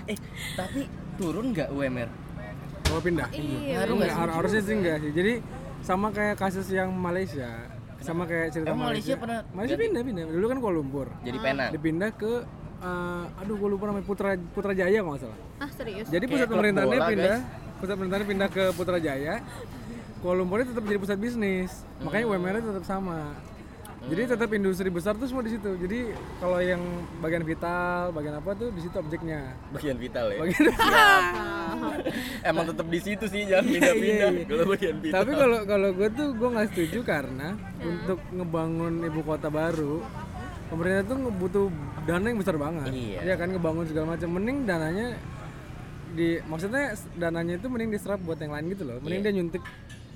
S1: Eh, tapi turun nggak UMR?
S2: Mau Oh, pindah?
S3: Iya.
S2: Enggak, har- harusnya sih enggak sih. Jadi sama kayak kasus yang Malaysia, sama kayak cerita
S1: Emang Malaysia Iya.
S2: Malaysia.
S1: pernah
S2: Malaysia pindah pindah. Dulu kan Kuala Lumpur.
S1: Jadi Penang.
S2: Dipindah ke eh, aduh gue lupa namanya Putra Putrajaya kalau nggak salah.
S3: Ah serius.
S2: Jadi pusat
S1: klub
S2: pemerintahannya
S1: bola,
S2: pindah, pusat pemerintahannya pindah ke Putrajaya. Kuala Lumpurnya tetap jadi pusat bisnis. Makanya
S1: Hmm.
S2: UMR-nya tetap sama. Jadi tetap industri besar tuh semua di situ. Jadi kalau yang bagian vital, bagian apa tuh di situ objeknya.
S1: Bagian vital ya.
S2: Bagian
S1: Emang tetap di situ sih, jangan pindah-pindah. Kalau bagian vital.
S2: Tapi kalau kalau gue tuh gue nggak setuju karena untuk ngebangun ibu kota baru pemerintah tuh butuh dana yang besar banget.
S1: Iya.
S2: Iya kan ngebangun segala macam. Mending dananya di maksudnya s- dananya itu mending diserap buat yang lain gitu loh. Mending dia nyuntik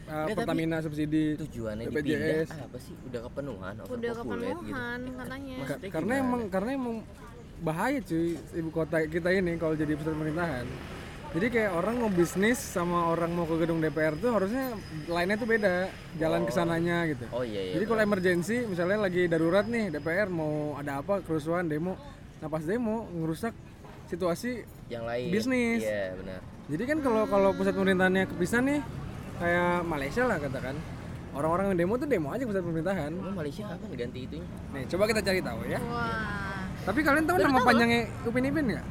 S2: uh, Pertamina subsidi.
S1: tujuannya
S2: BPJS.
S1: dipindah apa sih? Udah kepenuhan,
S2: Oh,
S3: udah
S1: overpopulate gitu.
S3: kepenuhan
S2: Eh.
S3: katanya.
S2: Ka- karena emang karena emang bahaya cuy ibu kota kita ini kalau jadi pusat pemerintahan. Jadi kayak orang mau bisnis sama orang mau ke gedung DPR tuh harusnya lainnya tuh beda, jalan kesananya gitu.
S1: Oh iya iya.
S2: Jadi kalau emergency misalnya lagi darurat nih DPR mau ada apa kerusuhan demo, nah pas demo ngerusak situasi
S1: yang lain
S2: Bisnis.
S1: iya benar
S2: jadi kan kalau kalau pusat pemerintahannya kepisah nih kayak Malaysia lah katakan orang-orang yang demo tuh demo aja ke pusat pemerintahan
S1: Emang Malaysia kapan ganti itunya
S2: nih coba kita cari tahu ya
S3: Wah.
S2: tapi kalian tahu nama panjangnya Upin Ipin nggak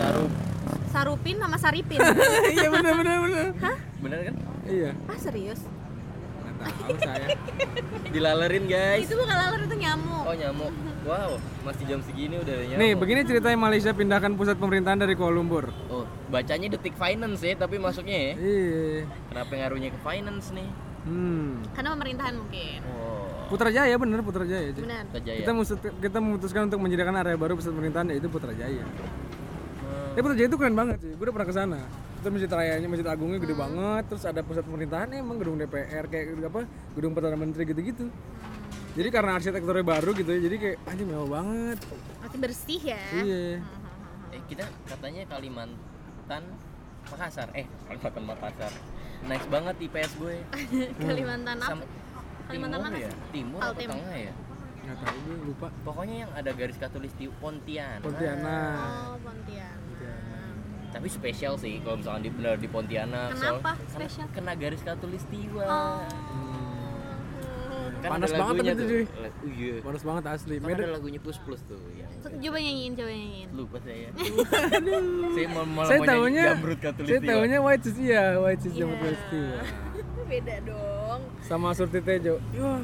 S1: taruh
S3: Sarupin sama Saripin.
S2: iya benar benar benar
S1: bener kan
S2: iya
S3: ah serius?
S2: nggak tahu saya
S1: dilalerin guys
S3: Itu bukan laler itu nyamuk.
S1: oh nyamuk wow masih jam segini udah ada nyamuk
S2: nih begini ceritanya Malaysia pindahkan pusat pemerintahan dari Kuala Lumpur
S1: oh bacanya detik finance ya tapi masuknya ya
S2: iya
S1: kenapa ngaruhnya ke finance nih
S2: hmm
S3: Karena pemerintahan mungkin.
S1: oh
S2: Putrajaya bener Putrajaya Cik.
S3: Benar.
S1: Kerjaya
S2: kita musut- kita memutuskan untuk menyediakan area baru pusat pemerintahan yaitu Putrajaya. Ya Putrajaya itu keren banget sih. Gue udah pernah ke sana. Terus masjid rayanya, masjid agungnya gede banget. Terus ada pusat pemerintahan ya, emang gedung DPR kayak gedung apa? Gedung perdana menteri gitu-gitu. Jadi karena arsitekturnya baru gitu ya, jadi kayak anjing mewah banget.
S3: Masih bersih ya.
S2: Iya.
S1: eh, kita katanya Kalimantan Makassar eh Kalimantan Makassar nice banget IPS gue
S2: Iya.
S3: Kalimantan apa?
S1: Sam-
S3: Kalimantan
S1: timur
S3: mana
S1: ya
S3: sih?
S1: timur atau
S3: Kaltim.
S1: tengah ya
S2: Nggak tahu gue lupa.
S1: pokoknya yang ada garis katulistiwa Pontianak
S2: Pontianak.
S3: Oh, Pontianak.
S1: tapi spesial sih kalau misalkan di bener di Pontianak soal-
S3: Kenapa
S1: karena
S3: spesial?
S1: kena garis katulistiwa
S3: Oh.
S1: kan
S2: Panas
S1: ada
S2: banget
S1: lagunya
S2: tapi itu,
S1: tuh.
S2: cuy.
S1: La- iya
S2: Bagus banget asli.
S1: kan ada
S2: Medan.
S1: lagunya plus plus tuh ya.
S3: Coba nyanyiin, coba nyanyiin.
S1: lupa saya saya mau malah
S2: Saya
S1: mau nyanyi
S2: tahunya
S1: jamrut ya.
S2: Saya
S1: katulistiwa
S2: tahunya White Sis iya, White Sis
S3: Iya.
S2: Jamu Festival.
S3: Beda dong.
S2: Sama Surti Tejo. Wah,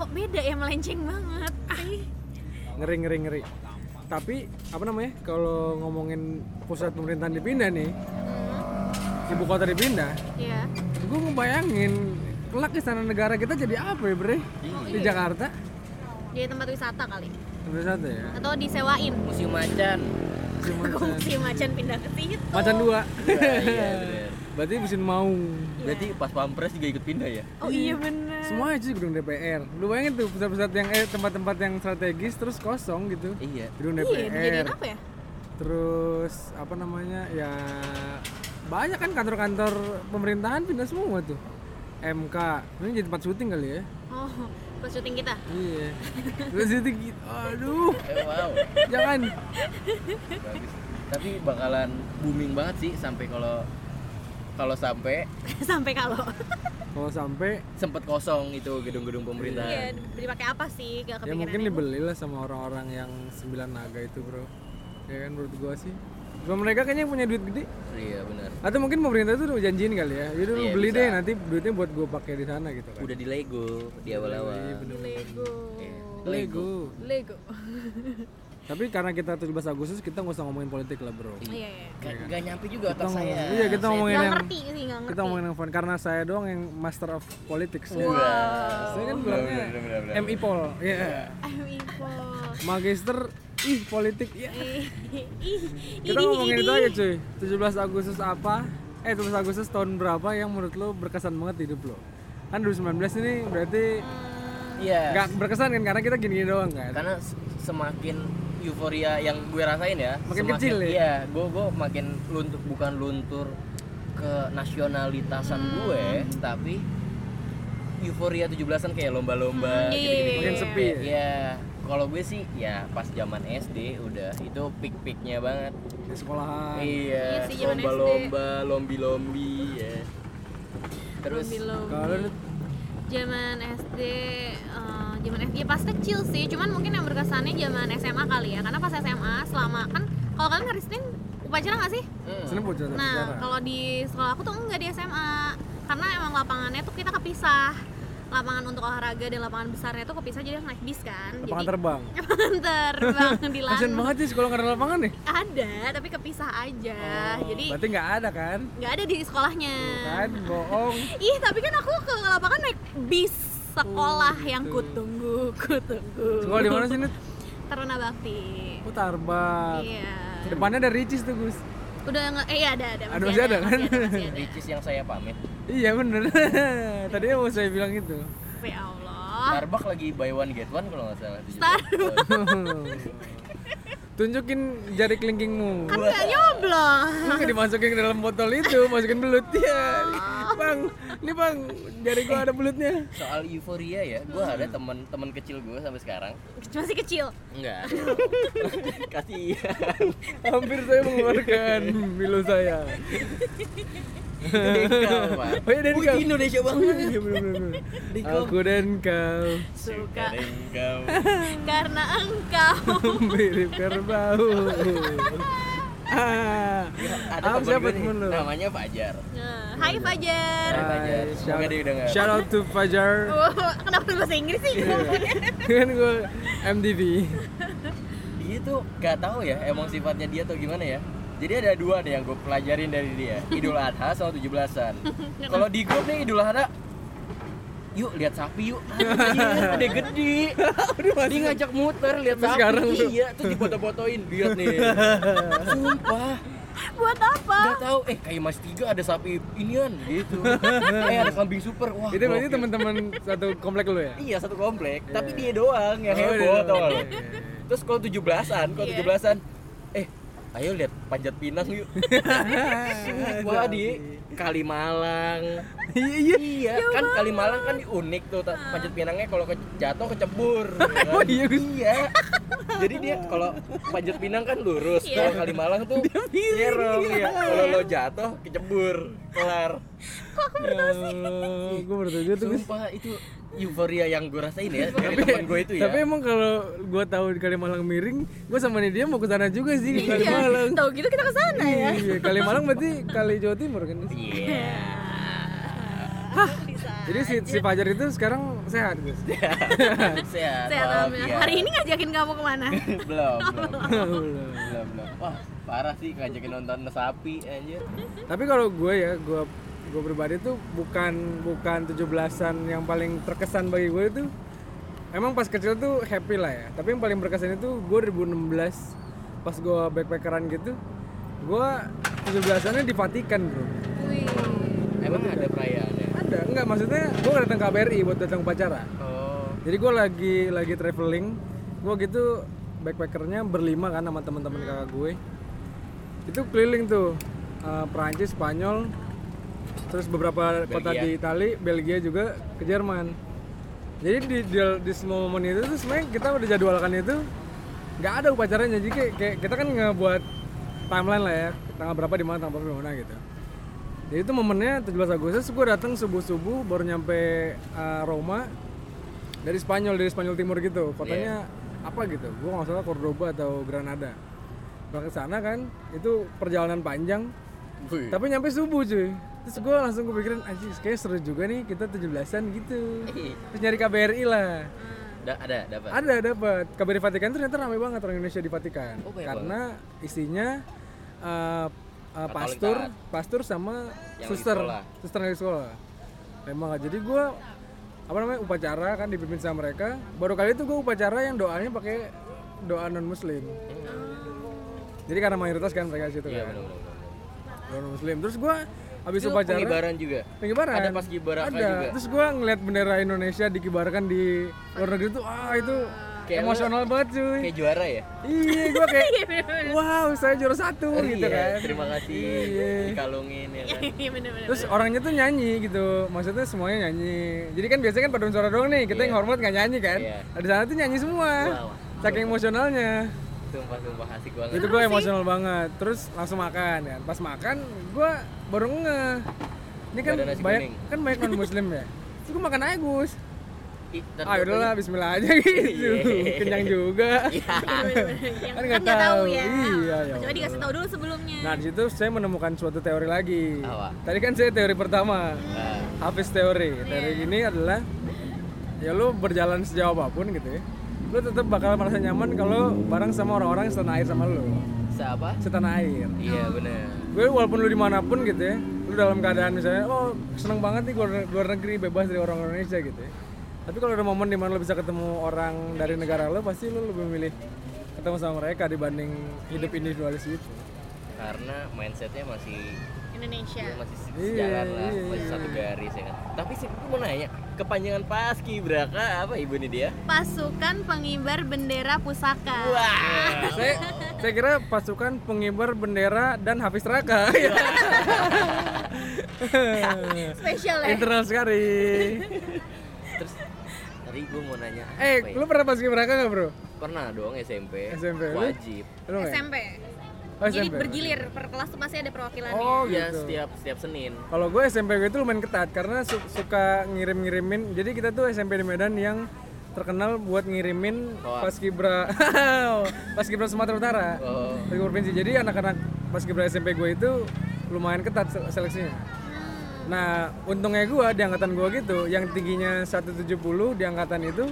S3: Kok beda ya melenceng banget. Ih.
S2: ngeri ngeri ngeri tapi apa namanya kalau ngomongin pusat pemerintahan dipindah nih ibu kota dipindah
S3: Hmm, Iya.
S2: gue ngebayangin kelak istana negara kita jadi apa ya bre di
S3: Iya.
S2: Jakarta
S3: Jadi tempat wisata kali.
S2: Nomor satu ya
S3: Atau disewain.
S1: museum macan
S2: Musim macan
S3: Si macan pindah ke situ.
S2: macan dua
S1: Wah, iya bener.
S2: berarti musim maung
S1: berarti pas pampres juga ikut pindah ya
S3: Oh iya bener.
S2: semua aja gedung DPR lu bayangin tuh pusat-pusat yang eh tempat-tempat yang strategis terus kosong gitu
S1: iya
S2: gedung
S3: Iya, dijadiin
S2: DPR
S3: apa ya?
S2: terus apa namanya ya banyak kan kantor-kantor pemerintahan pindah semua tuh MK ini jadi tempat syuting kali ya
S3: Oh, buat syuting kita.
S2: iya terus syuting gitu aduh ya kan?
S1: Eh, wow
S2: jangan
S1: bagus tapi bakalan booming banget sih sampai kalau kalau sampai
S3: Sampai kalau.
S2: kalau sampai ya
S1: sempet kosong itu gedung-gedung
S3: Iya,
S1: pemerintahan
S3: dipakai apa sih?
S2: ya
S3: Gak kepikiran.
S2: mungkin
S3: aja.
S2: dibeli lah sama orang-orang yang sembilan naga itu bro ya kan menurut gua sih gua mereka kayaknya punya duit gede
S1: iya benar
S2: atau mungkin pemerintah itu udah janjiin kali ya jadi lu
S1: Iya,
S2: beli
S1: bisa.
S2: deh nanti duitnya buat gua pakai di sana gitu kan
S1: udah di Lego di
S2: Iya,
S1: awal-awal Oh.
S3: Lego.
S2: Lego
S3: Lego.
S2: tapi karena kita 17 Agustus kita nggak usah ngomongin politik lah bro
S3: Iya, iya.
S1: Gak, gak nyampe juga otak saya.
S2: Iya kita ngomongin
S3: Gak
S2: yang
S3: ngerti sih, gak ngerti.
S2: kita ngomongin yang fun karena saya doang yang master of politics. ya.
S1: Wow.
S2: Saya kan bilangnya MI Pol. Iya.
S3: I'm evil.
S2: Magister ih politik. Iya.
S3: Ih, ih,
S2: Kita
S3: idih,
S2: ngomongin itu
S3: idih.
S2: aja cuy. 17 Agustus apa? Eh 17 Agustus tahun berapa yang menurut lo berkesan banget di hidup lo? Kan 2019 ini berarti
S1: Iya.
S2: nggak berkesan kan karena kita gini-gini doang kan.
S1: Karena se- semakin euforia yang gue rasain ya,
S2: Makin
S1: semakin-
S2: kecil ya?
S1: Iya, gue gue makin luntur bukan luntur ke nasionalitasan
S3: Hmm.
S1: gue, tapi euforia 17-an kayak lomba-lomba
S3: Hmm, iya,
S1: gitu-gitu.
S3: iya,
S2: Makin
S3: iya.
S2: sepi ya.
S1: Iya, kalau gue sih ya pas zaman SD udah itu pik-piknya banget.
S2: Di sekolahan.
S1: Iya,
S3: sih, zaman
S1: lomba-lomba, lombi-lombi ya. Terus
S3: Lombi-lombi.
S2: Kalau lu
S3: Zaman SD, eh, zaman SD ya pas kecil sih. Cuman mungkin yang berkesannya zaman SMA kali ya. Karena pas SMA selama kan kalau kalian hari Senin upacara nggak sih?
S1: mm,
S2: seneng buat cerita
S3: Nah, kalau di sekolah aku tuh enggak di SMA. Karena emang lapangannya tuh kita kepisah. Lapangan untuk olahraga dan lapangan besarnya tuh kepisah jadi harus naik bis kan.
S2: Lapangan
S3: jadi
S2: terbang.
S3: lapangan terbang
S2: Kasian
S3: di lantai.
S2: banget sih sekolah nggak ada lapangan nih.
S3: Ada, tapi kepisah aja. jadi
S2: Oh, Berarti nggak ada kan?
S3: nggak ada di sekolahnya.
S2: Kan bohong.
S3: Ih, tapi kan aku ke lapangan naik bis sekolah yang kutunggu, kutunggu.
S2: Oh, gitu. Sekolah di mana sih Nut?
S3: Taruna Bakti.
S2: Oh Tarbat.
S3: Iya.
S2: Depannya ada Ricis tuh Gus.
S3: Udah nge- eh iya, ada ada
S2: Ada, masih ada, kan?
S3: masih ada.
S1: Ricis yang saya pamit.
S2: Iya bener. Tadi mau saya bilang gitu. itu.
S3: Ya Allah.
S1: Starbucks lagi buy one get one kalau nggak salah.
S3: Starbucks.
S2: Tunjukin jari kelingkingmu.
S3: Kan nggak nyoblos.
S2: Lu nggak dimasukin ke dalam botol itu, masukin belut ya. bang ini bang jari gua ada belutnya
S1: soal euforia ya gue ada
S3: Hmm.
S1: teman-teman kecil gue sampai sekarang
S3: masih kecil
S1: enggak kasih
S2: hampir saya mengeluarkan milo saya
S1: Pak.
S2: Oh iya, dan
S1: Wih,
S2: kau.
S1: Indonesia banget
S2: Iya, bener, bener, bener.
S1: Dikau.
S2: aku dan kau
S3: suka
S1: Engkau.
S3: karena engkau
S2: mirip kerbau ah,
S1: Iya, Ada temen
S2: Am, siapa
S1: gue nih,
S2: temen lu?
S1: Namanya Fajar.
S3: Nah, Hai
S2: Iya.
S3: Fajar
S1: Hai, Fajar.
S2: Hai,
S1: Semoga dia udah nggak-
S2: shout out to Fajar
S3: Wow, Oh, kenapa lu bahasa Inggris sih?
S2: kan gue MDV
S1: Dia tuh gak tahu ya emang sifatnya dia tuh gimana ya. Jadi ada dua nih yang gue pelajarin dari dia. Idul Adha sama 17-an. Kalau di grup nih Idul Adha Yuk lihat sapi yuk. Anjir, udah gede. Dia ngajak muter lihat
S2: Sampai
S1: sapi.
S2: sekarang, bro.
S1: iya, tuh diboto-botoin. Lihat nih. Sumpah.
S3: Buat apa?
S1: Gak tahu, eh kayak Mas Tiga ada sapi inian gitu. eh ada kambing super. Wah.
S2: itu berarti
S1: gokil.
S2: teman-teman satu komplek lu ya
S1: Iya satu komplek,
S2: Iya.
S1: tapi dia doang yang
S2: Oh,
S1: heboh
S2: iya,
S1: tau gak
S2: iya,
S1: lo.
S2: iya, iya.
S1: Terus kalau 17-an, kalau
S3: Iya.
S1: 17-an, eh ayo lihat panjat pinang yuk. Wah di Kalimalang.
S2: iya iya.
S1: Iya, kan Kalimalang kan unik tuh ta- panjat pinangnya kalau ke, jatuh kecebur. ya kan?
S2: Emang iya, Gus?
S1: Iya. Jadi dia kalau panjat pinang kan lurus,
S3: Iya.
S1: kalau Kalimalang tuh nyerong
S2: Iya.
S1: ya. Kalau lo jatuh kecebur, kelar.
S2: gue baru tahu juga tuh Gus.
S1: Sumpah itu euforia yang gue rasain ya dari teman gue itu ya.
S2: Iya. tapi emang kalau gue tahu di Kalimalang miring gue sama dia mau ke sana juga sih di
S3: Iya,
S2: Kalimalang
S3: tahu gitu kita ke sana ya.
S2: iya Kalimalang berarti Kali Jawa Timur kan Gus?
S1: Iya.
S3: Bisa.
S2: jadi si, si Fajar itu sekarang sehat Gus
S1: Ya Sehat.
S3: Sehat alhamdulillah.
S2: Iya.
S1: walafiat.
S3: Hari ini ngajakin kamu kemana?
S1: belum, belum. belum, belum. Wah, parah sih ngajakin nonton sapi anjir.
S2: Tapi kalau gue ya, gue gue pribadi tuh bukan bukan 17-an yang paling terkesan bagi gue itu emang pas kecil tuh happy lah ya. Tapi yang paling berkesan itu gue 2016 pas gue backpackeran gitu, gue 17-annya di Vatikan bro.
S3: Wih.
S1: Emang ada perayaan ya?
S2: Ada enggak maksudnya gue datang KBRI buat datang upacara.
S1: Oh.
S2: Jadi gue lagi lagi traveling, gue gitu backpackernya berlima kan sama teman-teman kakak gue. Itu keliling tuh eh, Perancis, Spanyol, terus beberapa kota di Itali, Belgia juga ke Jerman. Jadi di, di, di semua momen itu tuh sebenarnya kita udah jadwalkan itu nggak ada upacaranya jadi kayak, kayak kita kan ngebuat timeline lah ya tanggal berapa di mana tanggal berapa di mana gitu. Jadi itu momennya 17 Agustus gue datang subuh-subuh baru nyampe eh, Roma dari Spanyol dari Spanyol Timur gitu kotanya apa gitu gue nggak salah Cordoba atau Granada gue ke sana kan itu perjalanan panjang
S1: Wih.
S2: tapi nyampe subuh cuy terus gue langsung kepikiran anjing kayak seru juga nih kita 17-an gitu terus nyari KBRI lah
S1: Da- ada dapat.
S2: ada dapat KBRI Vatikan tuh ternyata ramai banget orang Indonesia di Vatikan
S1: Oh, banyak
S2: karena isinya uh, uh, pastor pastor sama
S1: Yang
S2: suster
S1: di sekolah.
S2: suster yang di sekolah memang jadi gue apa namanya upacara kan dipimpin sama mereka baru kali itu gue upacara yang doanya pakai doa non muslim
S1: Hmm.
S2: jadi karena mayoritas kan mereka di situ kan
S1: Belum, belum, belum.
S2: doa non muslim terus gue habis
S1: Iya, Itu
S2: upacara
S1: pengibaran juga.
S2: pengibaran
S1: Ada pas kibaran
S2: ada
S1: juga.
S2: terus gua ngeliat bendera Indonesia dikibarkan di luar negeri tuh ah itu
S1: Kayak
S2: emosional banget cuy
S1: Kayak juara ya.
S2: iya gua kayak wow saya juara satu gitu
S1: Iya,
S2: kan
S1: Terima kasih
S2: Iya.
S1: dikalungin ya kan.
S3: Iya bener-bener.
S2: terus orangnya tuh nyanyi gitu maksudnya semuanya nyanyi jadi kan biasanya kan paduan suara doang nih kita yang hormat nggak nyanyi kan
S1: Iya.
S2: Nah, di sana tuh nyanyi semua
S1: Wah,
S2: saking emosionalnya
S1: Sumpah sumpah asik banget.
S2: itu gue emosional banget terus langsung makan kan pas makan gue baru nge ini kan
S1: Gak ada nasi
S2: banyak
S1: kuning.
S2: kan banyak non muslim ya terus gue makan aja gus
S1: Ih, ntar
S2: ah
S1: gua
S2: udahlah Bismillah aja gitu
S1: Iya.
S2: kenyang juga
S3: Iya, Yang
S2: Kan
S3: kan
S2: nggak
S3: nggak tahu
S2: tahu.
S3: ya.
S2: Iya, ya
S3: Coba dikasih tahu dulu sebelumnya.
S2: nah di situ saya menemukan suatu teori lagi
S1: Apa?
S2: tadi kan saya teori pertama
S1: tanya. Nah,
S2: Hafiz teori
S3: Iya.
S2: teori ini adalah ya lu berjalan sejauh apapun gitu ya lu tetap bakal merasa nyaman kalau bareng sama orang-orang yang setanah air sama lu
S1: siapa?
S2: setanah air
S1: Iya benar.
S2: gue walaupun lu dimanapun gitu ya lu dalam keadaan misalnya oh seneng banget nih gue luar negeri bebas dari orang Indonesia gitu ya tapi kalau ada momen dimana lu bisa ketemu orang dari negara lu pasti lu lebih milih ketemu sama mereka dibanding hidup individualis gitu
S1: Karena mindsetnya masih
S3: Indonesia.
S1: masih se-
S2: Iya,
S1: sejalan lah, masih satu garis ya kan. Tapi sih gue mau nanya, kepanjangan paski beraka apa ibu nih dia?
S3: Pasukan pengibar bendera pusaka.
S1: Wah,
S2: saya Saya kira pasukan pengibar bendera dan Hafiz Raka. Ya,
S3: Spesial ya.
S2: Internal sekali.
S1: Terus tadi gue mau nanya.
S2: Eh,
S1: apa ya?
S2: lu pernah pasuki Raka nggak bro?
S1: pernah dong SMP?
S2: SMP, lu?
S1: Wajib.
S2: Lu nggak ya?
S3: SMP.
S2: Oh,
S3: Jadi
S2: SMP.
S3: bergilir per kelas tuh pasti ada perwakilannya.
S2: Oh
S1: Iya
S2: gitu.
S1: setiap setiap Senin.
S2: Kalau gue SMP gue itu lumayan ketat karena su- suka ngirim-ngirimin. Jadi kita tuh SMP di Medan yang terkenal buat ngirimin
S1: Hoax.
S2: paskibra paskibra Sumatera Utara.
S1: Oh.
S2: Dari provinsi. Jadi anak-anak paskibra SMP gue itu lumayan ketat se- seleksinya.
S3: Hmm,
S2: Nah, untungnya gue di angkatan gue gitu, yang tingginya 170 di angkatan itu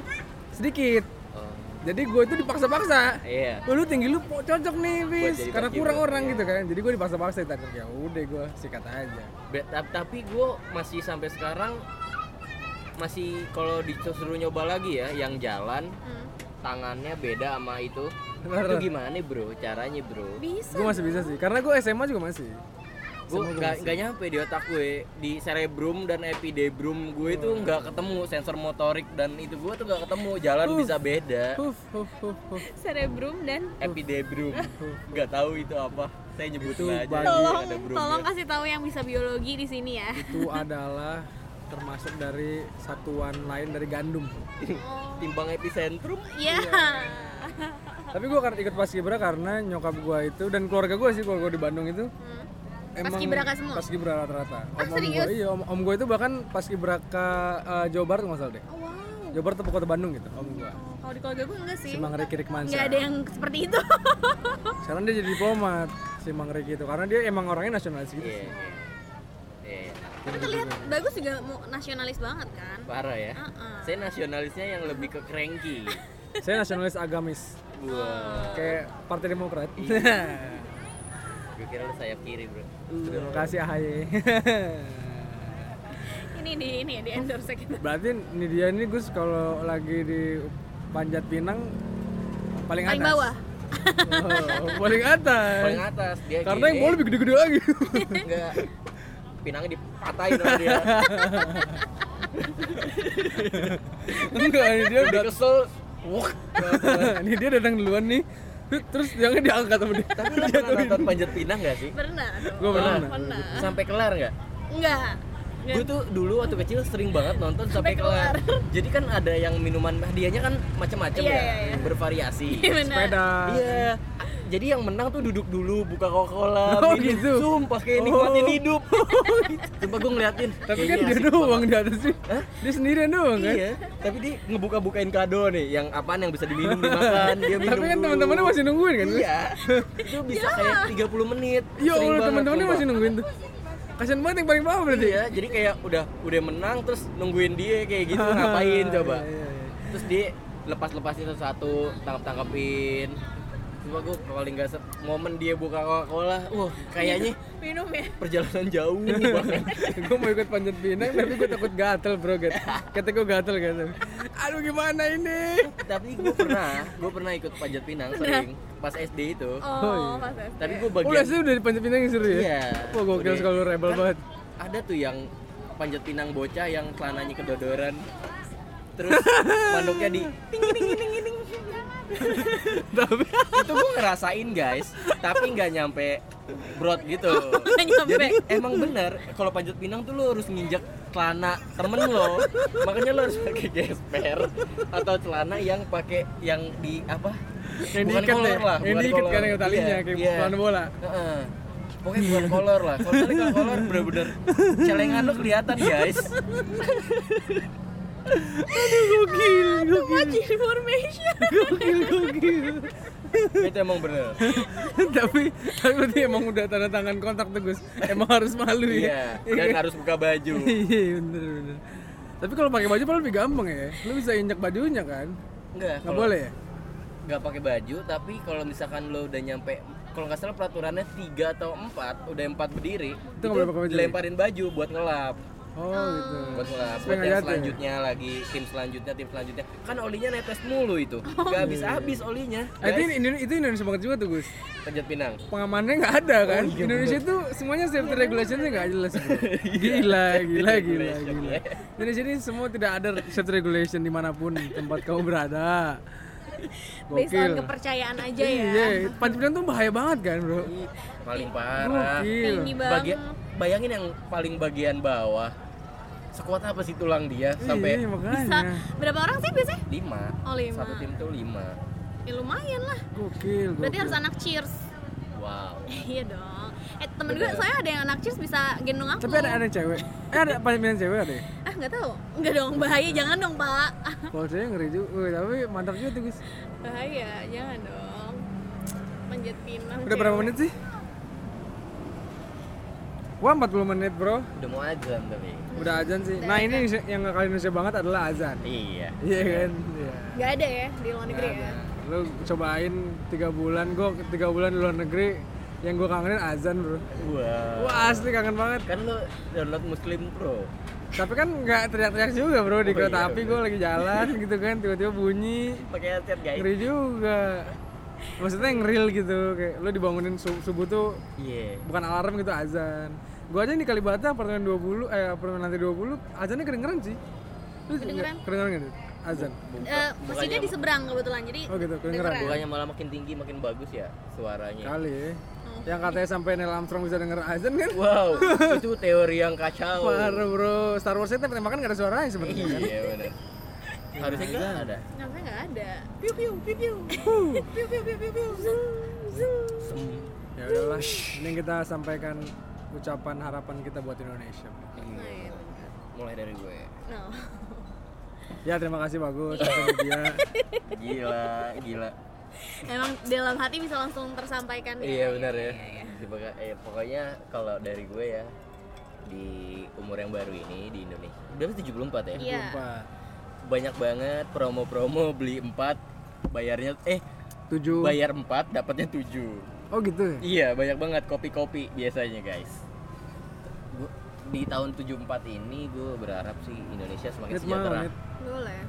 S2: sedikit.
S1: oh.
S2: Jadi gue itu dipaksa-paksa.
S1: Iya.
S2: Oh, lu tinggi lu po- cocok nih, bis.
S1: jadi
S2: Karena
S1: paskibra,
S2: kurang orang gitu kan. Jadi gue dipaksa-paksa tadi. Ya udah gue sikat aja.
S1: Be- ta- tapi gue masih sampai sekarang masih kalau disuruh nyoba lagi ya yang jalan
S3: Hmm.
S1: tangannya beda sama itu.
S2: Bener.
S1: Itu gimana bro? Caranya bro?
S3: Bisa.
S2: Gue masih bisa sih, karena gue SMA juga masih.
S1: gue nggak nggak nyampe di otak gue di cerebrum dan epidebrum gue
S2: Oh.
S1: itu nggak ketemu sensor motorik dan itu gue tuh nggak ketemu jalan
S2: Uh.
S1: bisa beda
S2: Huf, huf, huf, huf.
S3: Cerebrum dan
S1: epidebrum nggak tahu itu apa saya nyebutin aja
S2: bagi-
S1: yang
S3: tolong
S1: ada brumnya.
S2: ya?
S3: tolong kasih tahu yang bisa biologi di sini ya.
S2: Itu adalah termasuk dari satuan lain dari gandum.
S1: timbang epicentrum
S2: Iya.
S3: Ya.
S2: Tapi gue akan ikut paskibra karena nyokap gue itu dan keluarga gue sih keluarga gue di Bandung itu
S3: Hmm. Paskibraka semua?
S2: Paskibra rata-rata.
S3: Ah,
S2: gue
S3: serius?
S2: iya, om, om gue itu bahkan paskibraka eh, Jawa Barat nggak salah deh.
S3: Oh, Wow.
S2: Jawa Barat atau Kota Bandung gitu, om gue.
S3: Oh, Kalau di keluarga gue enggak sih.
S2: Simang Riki Rikmansyah.
S3: Enggak ada yang seperti itu.
S2: Sekarang dia jadi diplomat Simang Riki itu karena dia emang orangnya nasionalis gitu.
S1: iya iya Iya,
S3: Tapi terlihat bagus juga mau nasionalis banget kan.
S1: parah ya
S3: Heeh.
S1: saya nasionalisnya yang lebih ke cranky
S2: Saya nasionalis agamis,
S1: wah
S2: kayak Partai Demokrat.
S3: Iya. Ah.
S1: gue kira lu sayap kiri bro
S2: Eh,
S1: Iya.
S2: Terima kasih AHY.
S3: Ini di ini ya, di endorse kita.
S2: Berarti ini dia ini Gus kalau lagi di Panjat Pinang paling atas.
S3: Paling bawah.
S2: Oh, paling atas.
S1: paling atas ya, dia
S2: Karena yang
S1: kiri. Eh,
S2: bola lebih gede-gede lagi.
S1: Enggak. Pinangnya dipatahin sama dia.
S2: Enggak, ini dia
S1: Udah
S2: udah
S1: kesel.
S2: ini dia datang duluan nih. Terus jangan diangkat sama dia.
S1: Tapi Iya. lu pernah nonton panjat pinang gak sih?
S3: Pernah dong.
S2: Gua pernah.
S3: Pernah.
S1: Sampai kelar nggak?
S3: Enggak.
S2: Iya.
S3: Enggak.
S1: Gue tuh dulu waktu kecil sering banget nonton sampai
S3: Sampai
S1: kelar. Jadi kan ada yang minuman hadiahnya kan macam-macam
S3: Iya,
S1: ya,
S3: iya, iya.
S1: bervariasi.
S3: Gimana?
S2: Sepeda.
S1: Iya. Jadi yang menang tuh duduk dulu buka Coca-Cola,
S2: Oh,
S1: minum.
S2: gitu.
S1: Sumpah kayak
S2: Oh. gitu.
S1: nikmatin hidup. Iya. Sumpah gue ngeliatin.
S2: Tapi
S1: kayaknya
S2: kan dia
S1: asik
S2: doang di atas sih.
S1: Hah?
S2: Dia sendirian doang kan.
S1: Iya, tapi dia ngebuka-bukain kado nih, yang apaan yang bisa diminum dimakan, dia minum.
S2: Tapi kan
S1: dulu.
S2: teman-temannya masih nungguin kan. Gus?
S1: Iya. Itu bisa kayak 30 menit.
S2: Ya
S1: Sering
S2: Allah,
S1: banget,
S2: teman-temannya
S1: sumpah.
S2: masih nungguin tuh. Kasian banget yang paling bawah berarti.
S1: Iya, jadi kayak udah udah menang terus nungguin dia kayak gitu ngapain coba.
S2: Iya, iya.
S1: Terus dia lepas-lepasin satu-satu, tangkap-tangkapin. Cuma gue paling gak ser- momen dia buka Coca-Cola, wah kayaknya
S3: Minum ya.
S1: perjalanan jauh banget.
S2: gue mau ikut panjat pinang tapi gue takut gatel bro gat kata gue gatel gatel aduh gimana ini
S1: Tapi gue pernah, gue pernah ikut panjat pinang sering pas SD itu.
S2: iya.
S3: Oh, pas SD.
S1: Tapi gue
S2: oh
S1: bagian
S2: udah sih udah di panjat pinang yang seru ya
S1: Iya.
S2: wah gokil
S1: Udah.
S2: sekali lu rebel
S1: Kan
S2: banget
S1: Ada tuh yang panjat pinang bocah yang celananya kedodoran. Terus manduknya di ting ting ting ting ting.
S2: tapi
S1: Itu gue ngerasain guys, tapi nggak nyampe brot gitu.
S3: Nggak nyampe.
S1: Jadi emang bener kalau panjat pinang tuh lo harus nginjek celana temen lo. Makanya lo harus pakai gesper atau celana yang pakai yang di apa?
S2: yang
S1: Bukan
S2: diikat ya
S1: kolor lah,
S2: yang
S1: bukan
S2: diikat
S1: kolor.
S2: kan yang talinya
S1: Iya,
S2: kayak
S1: iya.
S2: pelan bola Iya.
S1: Heeh. Pokoknya bukan kolor lah. Kalau tadi kalau kolor bener-bener celengan lu kelihatan guys.
S2: gokil
S3: Too much information.
S2: gokil gokil
S1: Itu emang bener.
S2: tapi tapi berarti emang udah tanda tangan kontak tuh Gus emang harus malu ya
S1: Iya. Dan harus buka baju.
S2: iya bener bener tapi kalau pakai baju paling lebih gampang ya lu bisa injak bajunya kan
S1: Enggak.
S2: nggak
S1: Kalau
S2: boleh ya
S1: nggak pakai baju, tapi kalau misalkan lo udah nyampe kalau nggak salah peraturannya 3 atau 4, udah 4 berdiri,
S2: Itu nggak boleh pakai baju.
S1: dilemparin baju buat ngelap.
S2: oh gitu
S1: Buat ngelap, buat
S2: Supaya nggak
S1: yang
S2: jatuh ya?
S1: selanjutnya lagi, tim selanjutnya, tim selanjutnya. Kan olinya netes mulu itu. Gak habis-habis olinya.
S2: Oh. Eh, itu,
S1: Guys,
S2: Indo- itu Indonesia banget juga tuh Gus
S1: panjat pinang.
S2: pengamannya nggak ada kan Indonesia itu semuanya safety regulationnya nggak jelas bro. gila gila gila gila Indonesia ini semua tidak ada safety regulation dimanapun tempat kamu berada
S3: based
S2: Gokil.
S3: on kepercayaan aja ya
S2: Iya, pancingan tuh bahaya banget kan, Bro?
S1: Ih, paling parah
S2: Gokil.
S3: tinggi banget
S1: Bagi, bayangin yang paling bagian bawah sekuat apa sih tulang dia
S2: Iya,
S1: sampai
S3: bisa
S2: makanya.
S3: berapa orang sih biasanya
S1: lima
S3: Oh, lima.
S1: satu tim tuh lima
S3: ya lumayan lah
S2: Gokil,
S3: berarti
S2: gokil.
S3: harus anak cheers
S1: wow
S3: iya dong eh temen gue soalnya ada yang anak cheers bisa gendong aku
S2: Tapi ada ada yang cewek. Eh ada pancingan cewek ada. ya?
S3: ah nggak tahu nggak dong bahaya jangan dong pak Ah,
S2: Kalau cewek ngeri juga, Wih, tapi mantap juga tuh, guys.
S3: bahaya jangan dong manjat pinang
S2: Udah berapa menit sih? Wah, 40 menit, Bro.
S1: udah mau azan tapi
S2: Udah azan sih. Nah, ini yang- yang nggak kali Indonesia banget adalah azan.
S1: iya
S2: Iya kan? Iya.
S3: nggak ada ya di luar negeri ya
S2: Lu cobain 3 bulan gua 3 bulan di luar negeri yang gua kangenin azan, Bro.
S1: wow
S2: Wah, asli kangen banget.
S1: kan lu download muslim pro
S2: Tapi kan nggak teriak-teriak juga, Bro, di kereta api gua lagi jalan gitu kan, tiba-tiba bunyi.
S1: pakai headset guys
S2: Ngeri juga. Maksudnya yang real gitu, kayak lu dibangunin sub- subuh tuh
S1: iya
S2: bukan alarm gitu azan. Gua aja yang di Kalibata apartemen 20 eh apartemen lantai 20 azannya kedengeran sih. Lu
S3: Kedengeran?
S2: Kedengeran nggak tuh azan?
S3: Eh, masjidnya di seberang kebetulan jadi
S2: Oh gitu, kedengeran.
S1: bukannya malah makin tinggi makin bagus ya suaranya
S2: Kali ya.
S1: Hmm.
S2: Yang katanya sampai Neil Armstrong bisa denger azan kan?
S1: wow itu teori yang kacau
S2: Parah bro, Star Wars itu tembakan nggak ada suaranya sebenarnya.
S1: iya benar harusnya nggak ada
S3: nggak nggak ada
S2: Piu piu piu piu. Piu piu piu piu piu.
S1: Sem.
S2: Ya udahlah, ini kita sampaikan ucapan harapan kita buat Indonesia.
S1: Iya. mulai dari gue
S3: no
S2: Ya terima kasih bagus,
S1: Iya.
S2: sosial media.
S1: gila gila
S3: emang dalam hati bisa langsung tersampaikan ya?
S1: Iya benar ya. Dibaka- eh, pokoknya kalau dari gue ya di umur yang baru ini di Indonesia. Berapa 74 ya?
S3: iya
S2: Empat,
S1: Banyak banget promo-promo beli 4 bayarnya eh
S2: tujuh.
S1: bayar 4 dapatnya 7.
S2: Oh gitu. ya?
S1: Iya, banyak banget kopi-kopi biasanya, guys. Gu- di tahun 74 ini gue berharap sih Indonesia semakin
S2: Nit
S1: sejahtera.
S2: mau, Nit.
S3: boleh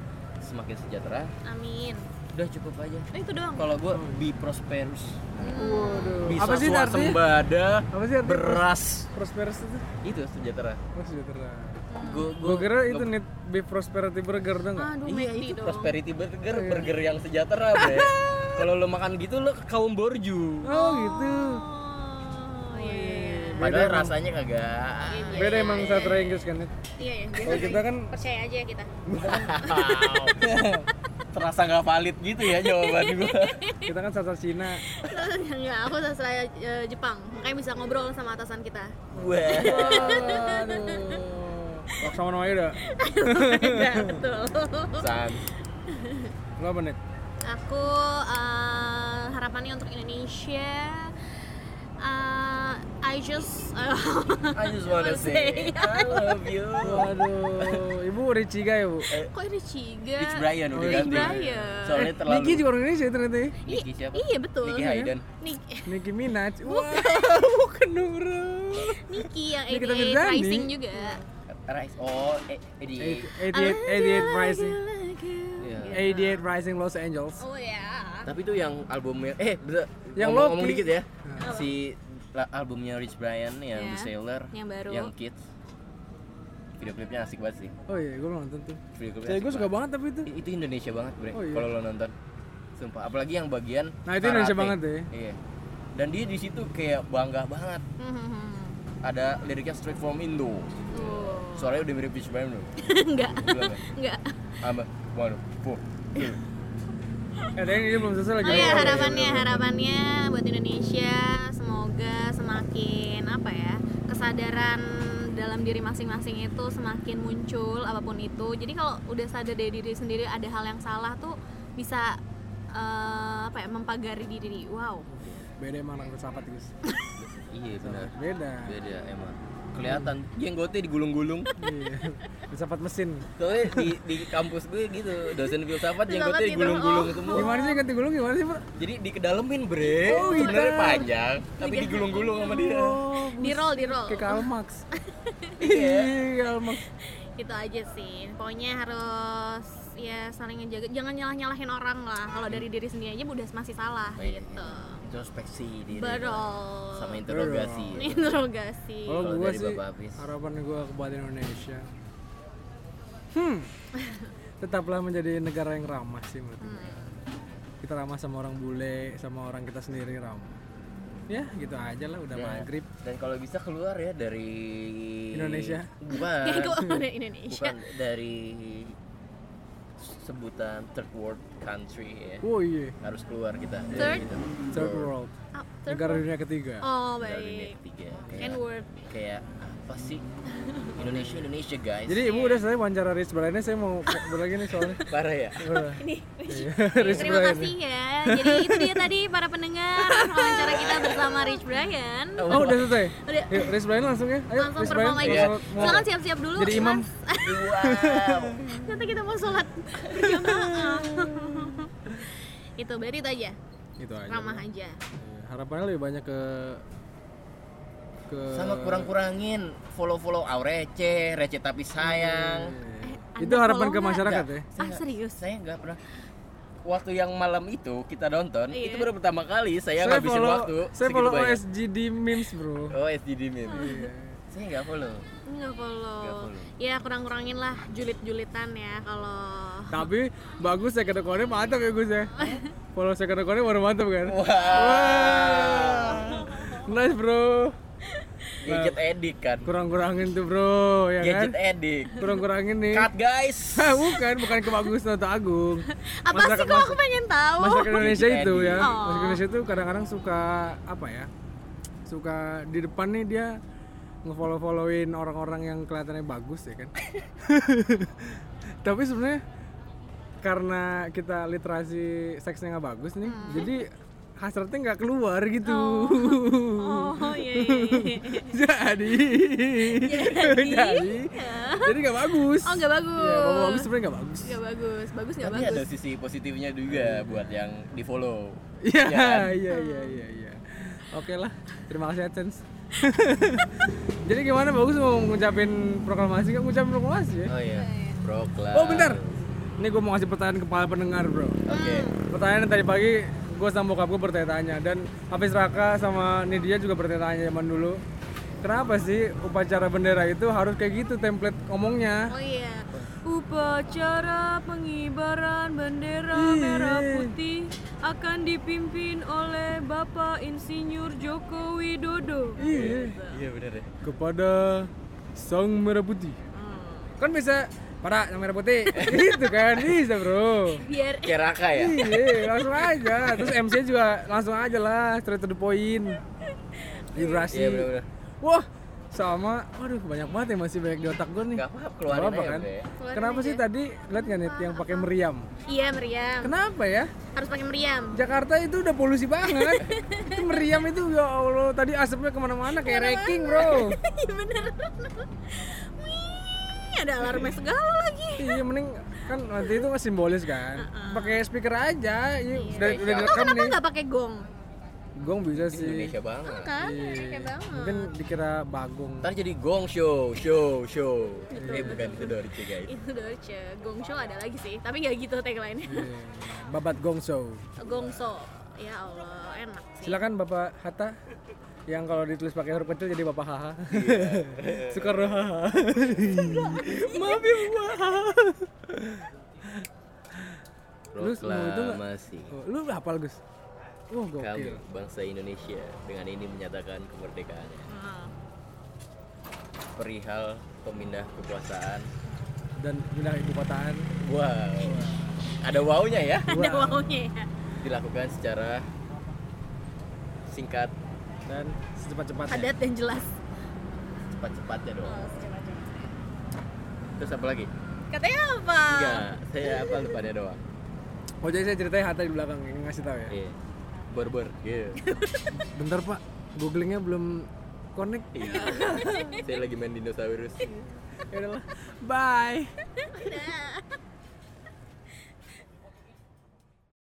S1: Semakin sejahtera.
S3: amin
S1: Udah cukup aja.
S3: Eh, itu doang
S1: Kalau gue be prosperous,
S2: Waduh.
S1: bisa
S2: Apa sih artinya?
S1: swasembada,
S2: Apa sih artinya?
S1: beras.
S2: Prosperous itu?
S1: Itu sejahtera.
S2: Oh, sejahtera.
S1: Gue
S2: Gue kira itu nih beef prosperity burger dong Iya. nggak?
S3: aduh
S1: Iya
S3: Mekdi
S1: itu
S3: dong
S1: prosperity burger, burger yang sejahtera bre. Kalau lo makan gitu lo kaum borju.
S2: Oh gitu.
S3: oh iya iya iya.
S1: Padahal rasanya kagak.
S2: Beda emang sejahtera Inggris kan? Nit?
S3: iya iya
S2: Kalau
S3: biasa
S2: kita kan
S3: percaya aja ya kita
S1: Wow. Terasa nggak valid gitu ya jawaban gue.
S2: kita kan sastra Cina.
S3: enggak aku sastra eh, Jepang makanya bisa ngobrol sama atasan kita
S1: Wah.
S2: Aduh. Sama namanya udah.
S3: Iya, betul
S1: San.
S2: Lo apa nih?
S3: Aku eh, harapannya untuk Indonesia. eh, I just
S1: I just wanna say I love you.
S2: Waduh, ibu Richiga ya bu.
S3: kok ini Ciga?
S1: Rich Brian udah
S3: Rich
S1: ganti.
S3: Brian.
S1: Soalnya terlalu.
S2: Eh, Niki juga orang Indonesia ternyata ya.
S3: I-
S1: Nicki siapa?
S3: Iya betul.
S1: Nicki Hayden.
S3: Nik-
S2: Niki Minaj. Wah, bukan dong, bro.
S3: Niki yang
S2: Nikita
S3: 88
S2: Mirzani.
S3: Rising juga.
S1: Rice. Oh, eh, eh, di
S2: 88 88 Rising.
S1: Iya.
S2: 88 Rising Los Angeles.
S3: Oh ya.
S1: Tapi itu yang albumnya eh bener,
S2: Yang
S1: ngomong, ngomong
S2: Loki. Nah.
S1: dikit ya. Si la- albumnya Rich Brian yang
S3: Ya,
S1: The Sailor,
S3: yang baru.
S1: yang Kids. Video klipnya asik banget sih.
S2: Oh iya, gue belum nonton tuh.
S1: Video klipnya
S2: Saya
S1: asik
S2: gue suka
S1: banget.
S2: banget tapi itu.
S1: I- Itu Indonesia banget, Bre.
S2: Oh, iya.
S1: Kalau lo nonton. Sumpah, apalagi yang bagian
S2: Nah, itu Indonesia
S1: karate.
S2: banget ya.
S1: Iya. Dan dia di situ kayak bangga banget. Ada liriknya straight from Indo. Suaranya udah mirip Rich Brian loh.
S3: Enggak,
S1: Gila, nggak?
S3: enggak.
S1: ya. Sama one, four, two.
S2: Ada yang ini Eh, belum selesai lagi.
S1: Gitu.
S3: Oh ya harapannya harapannya buat Indonesia semoga semakin apa ya kesadaran dalam diri masing-masing itu semakin muncul apapun itu. Jadi kalau udah sadar dari diri sendiri ada hal yang salah tuh bisa eh, apa ya mempagari diri. Wow.
S2: Beda emang orang filsafat guys.
S1: Iya benar.
S2: Beda.
S1: Beda emang. Kelihatan jenggotnya digulung-gulung.
S2: Iya. Filsafat mesin.
S1: Soalnya di, di kampus gue gitu, dosen filsafat
S3: Filsafat
S1: jenggotnya
S3: gitu,
S1: digulung-gulung
S3: oh.
S1: semua.
S2: Gimana sih ganti gulung gimana sih pak?
S1: Jadi dikedalemin bre,
S2: Oh, gitu.
S1: sebenarnya panjang, tapi digulung-gulung sama dia.
S2: Oh,
S3: Di roll, di roll.
S2: kayak Karl Marx. Iya, Karl Marx.
S3: Itu Gitu aja sih. Pokoknya harus ya saling ngejaga. Jangan nyalah-nyalahin orang lah. Kalau dari diri sendiri aja udah masih salah
S1: Iya.
S3: gitu.
S1: Introspeksi diri.
S3: Betul.
S1: Sama interogasi. ya. Oh,
S3: Interogasi.
S2: Kalau
S1: Kalau
S2: gue
S1: dari
S2: sih
S1: Bapak Hafiz.
S2: harapan gue buat Indonesia. Hmm. Tetaplah menjadi negara yang ramah sih menurut gue. kita ramah sama orang bule sama orang kita sendiri ramah ya gitu aja lah udah
S1: Ya.
S2: maghrib
S1: Dan kalau bisa keluar ya dari
S2: Indonesia?
S1: Bukan.
S3: Jadi gue orang Indonesia.
S1: Bukan dari sebutan third world country ya.
S2: oh iya
S1: Harus keluar kita. dari
S3: Third?
S1: gitu.
S2: third world
S3: Ah, ter-
S2: negara dunia ketiga
S3: Oh
S1: Dari dunia
S3: baik.
S1: ketiga.
S3: N
S1: Kayak,
S3: word.
S1: kayak apa sih? Indonesia Indonesia
S3: Oh,
S1: guys.
S2: jadi ibu udah selesai wawancara Rich Brian saya mau berlagi nih soalnya
S1: parah ya.
S2: Udah.
S3: Ini.
S2: Iya, Rich
S3: Terima
S2: Brian.
S3: kasih ya. Jadi itu dia tadi para pendengar wawancara kita bersama Rich Brian.
S2: oh udah selesai
S3: Udah.
S2: yuk Rich Brian langsung ya ayo
S3: Langsung
S2: Rich Brian
S3: perform lagi.
S1: Iya.
S2: mau- mau-
S3: Silakan siap-siap dulu.
S2: jadi imam
S3: Mas.
S1: Wow.
S3: Nanti kita mau sholat berjamaah. itu berarti itu aja.
S2: itu Gitu aja
S3: Ramah aja.
S2: Iya, harapannya lebih banyak ke ke
S1: Sama kurang-kurangin follow-follow Aurece, Rece tapi sayang.
S2: Iya.
S3: Anda
S2: itu harapan
S3: follow
S2: ke
S3: nggak?
S2: masyarakat ya
S3: Ah serius.
S1: Saya nggak pernah waktu yang malam itu kita nonton
S3: Iya.
S1: itu baru pertama kali saya, ngabisin
S2: follow,
S1: waktu
S2: saya
S1: segitu
S2: follow
S1: banyak.
S2: OSGD memes bro Iya.
S1: Oh, SGD meme.
S3: Hmm.
S1: Saya nggak follow.
S3: Nggak
S1: Nggak
S3: follow.
S1: follow.
S3: Ya kurang-kurangin lah julit-julitan ya kalau
S2: tapi bagus saya kena kode mantap ya Gus ya follow saya kena kode baru mantap kan
S1: Wah.
S2: nice bro
S1: Gadget edik kan.
S2: kurang-kurangin tuh bro ya kan
S1: Gadget edik.
S2: kurang-kurangin nih
S1: Cut guys.
S2: Hah, bukan bukan ke Bagus atau Agung
S3: apa sih kok aku pengen tahu?
S2: masyarakat Indonesia
S1: Jadi
S2: itu
S1: Teddy.
S2: ya
S3: Oh.
S2: masyarakat Indonesia itu kadang-kadang suka apa ya suka di depan nih dia ngefollow-followin orang-orang yang kelihatannya bagus ya kan tapi sebenarnya karena kita literasi seksnya nggak bagus nih
S3: Hmm.
S2: jadi hasratnya nggak keluar gitu
S3: Oh iya iya. iya.
S2: jadi
S3: Jadi?
S2: jadi jadi nggak bagus
S3: Oh nggak
S2: ya, kalau bagus
S3: bagus.
S2: sebenarnya nggak bagus
S3: Nggak bagus. Bagus nggak
S1: Tapi
S3: bagus.
S1: ada sisi positifnya juga buat yang di follow.
S2: Iya, iya, iya, iya, iya. Oke lah, terima kasih AdSense. Jadi gimana bagus mau ngucapin proklamasi nggak ngucapin proklamasi ya?
S1: Oh iya. Proklam.
S2: Oh bentar, ini gue mau ngasih pertanyaan kepala pendengar bro.
S1: Oke.
S2: Pertanyaan yang tadi pagi gue sama bokap gue bertanya-tanya dan Hafiz Raka sama Nidia juga bertanya-tanya zaman dulu. Kenapa sih upacara bendera itu harus kayak gitu template ngomongnya?
S3: Oh iya. Upacara pengibaran bendera merah putih akan dipimpin oleh Bapak Insinyur Joko Widodo.
S2: Iya.
S1: Iya bener ya.
S2: Kepada Sang Merah Putih. Kan bisa pada Sang Merah Putih gitu kan? Bisa bro.
S3: Biar
S1: Kayak Raka ya.
S2: Iya, langsung aja. Terus MC juga langsung aja lah, straight to the point. Vibrasi.
S1: Iya, bener-bener.
S2: Wah, sama. Waduh, banyak banget ya masih banyak di otak gue nih.
S1: Gak apa-apa keluarin
S2: Nggak apa-apa,
S1: aja
S2: kan?
S1: udah ya.
S3: Keluarin
S2: Kenapa
S3: aja.
S2: sih tadi lihat nggak nih yang pakai meriam?
S3: Iya meriam.
S2: Kenapa ya?
S3: Harus pakai meriam.
S2: Jakarta itu udah polusi banget. itu meriam itu ya Allah, tadi asapnya kemana-mana kayak wrecking bro.
S3: Iya bener. Wih, ada alarmnya segala lagi.
S2: Iya mending kan nanti itu simbolis kan. Pakai speaker aja. Iya, udah udah
S3: Atau
S2: direkam
S3: kenapa
S2: nih.
S3: nggak pakai gong?
S2: Gong bisa sih.
S1: Indonesia banget.
S3: Kan?
S2: Iya.
S3: Kayak banget.
S2: Mungkin dikira bagong.
S1: Ntar jadi gong show, show, show. Eh bukan itu dari C guys.
S3: Itu Dolce. Gong show ada lagi sih, tapi nggak gitu tagline-nya.
S2: Iya. Babat Gong Show.
S3: Gong show. Ya Allah, enak sih.
S2: Silakan Bapak Hatta yang kalau ditulis pakai huruf kecil jadi Bapak Haha.
S3: Iya.
S2: Soekarno Haha. Maaf ya Bapak Haha. Lu mau itu nggak?
S1: Proklamasi.
S2: Oh, Lu hafal Gus? Wah,
S1: Kami
S2: gokil.
S1: bangsa Indonesia dengan ini menyatakan kemerdekaannya.
S3: Hmm.
S1: Perihal pemindah kekuasaan.
S2: Dan pindah ibu kotaan.
S1: Wow. Ada wownya ya.
S3: Ada wownya ya.
S1: Dilakukan secara singkat,
S2: Dan secepat-cepatnya.
S3: Padat dan jelas.
S1: cepat-cepatnya dong.
S3: Oh, coba-coba.
S1: Terus apa lagi?
S3: Katanya apa?
S2: Ah.
S1: Enggak, saya apa depannya doang.
S2: Oh jadi saya ceritain Hatta di belakang ini ngasih tahu ya.
S1: Iya. Barber. Iya.
S2: Bentar Pak, googlingnya belum connect.
S1: Iya. saya lagi main dinosaurus.
S2: Ya udahlah. Bye.
S3: Udah.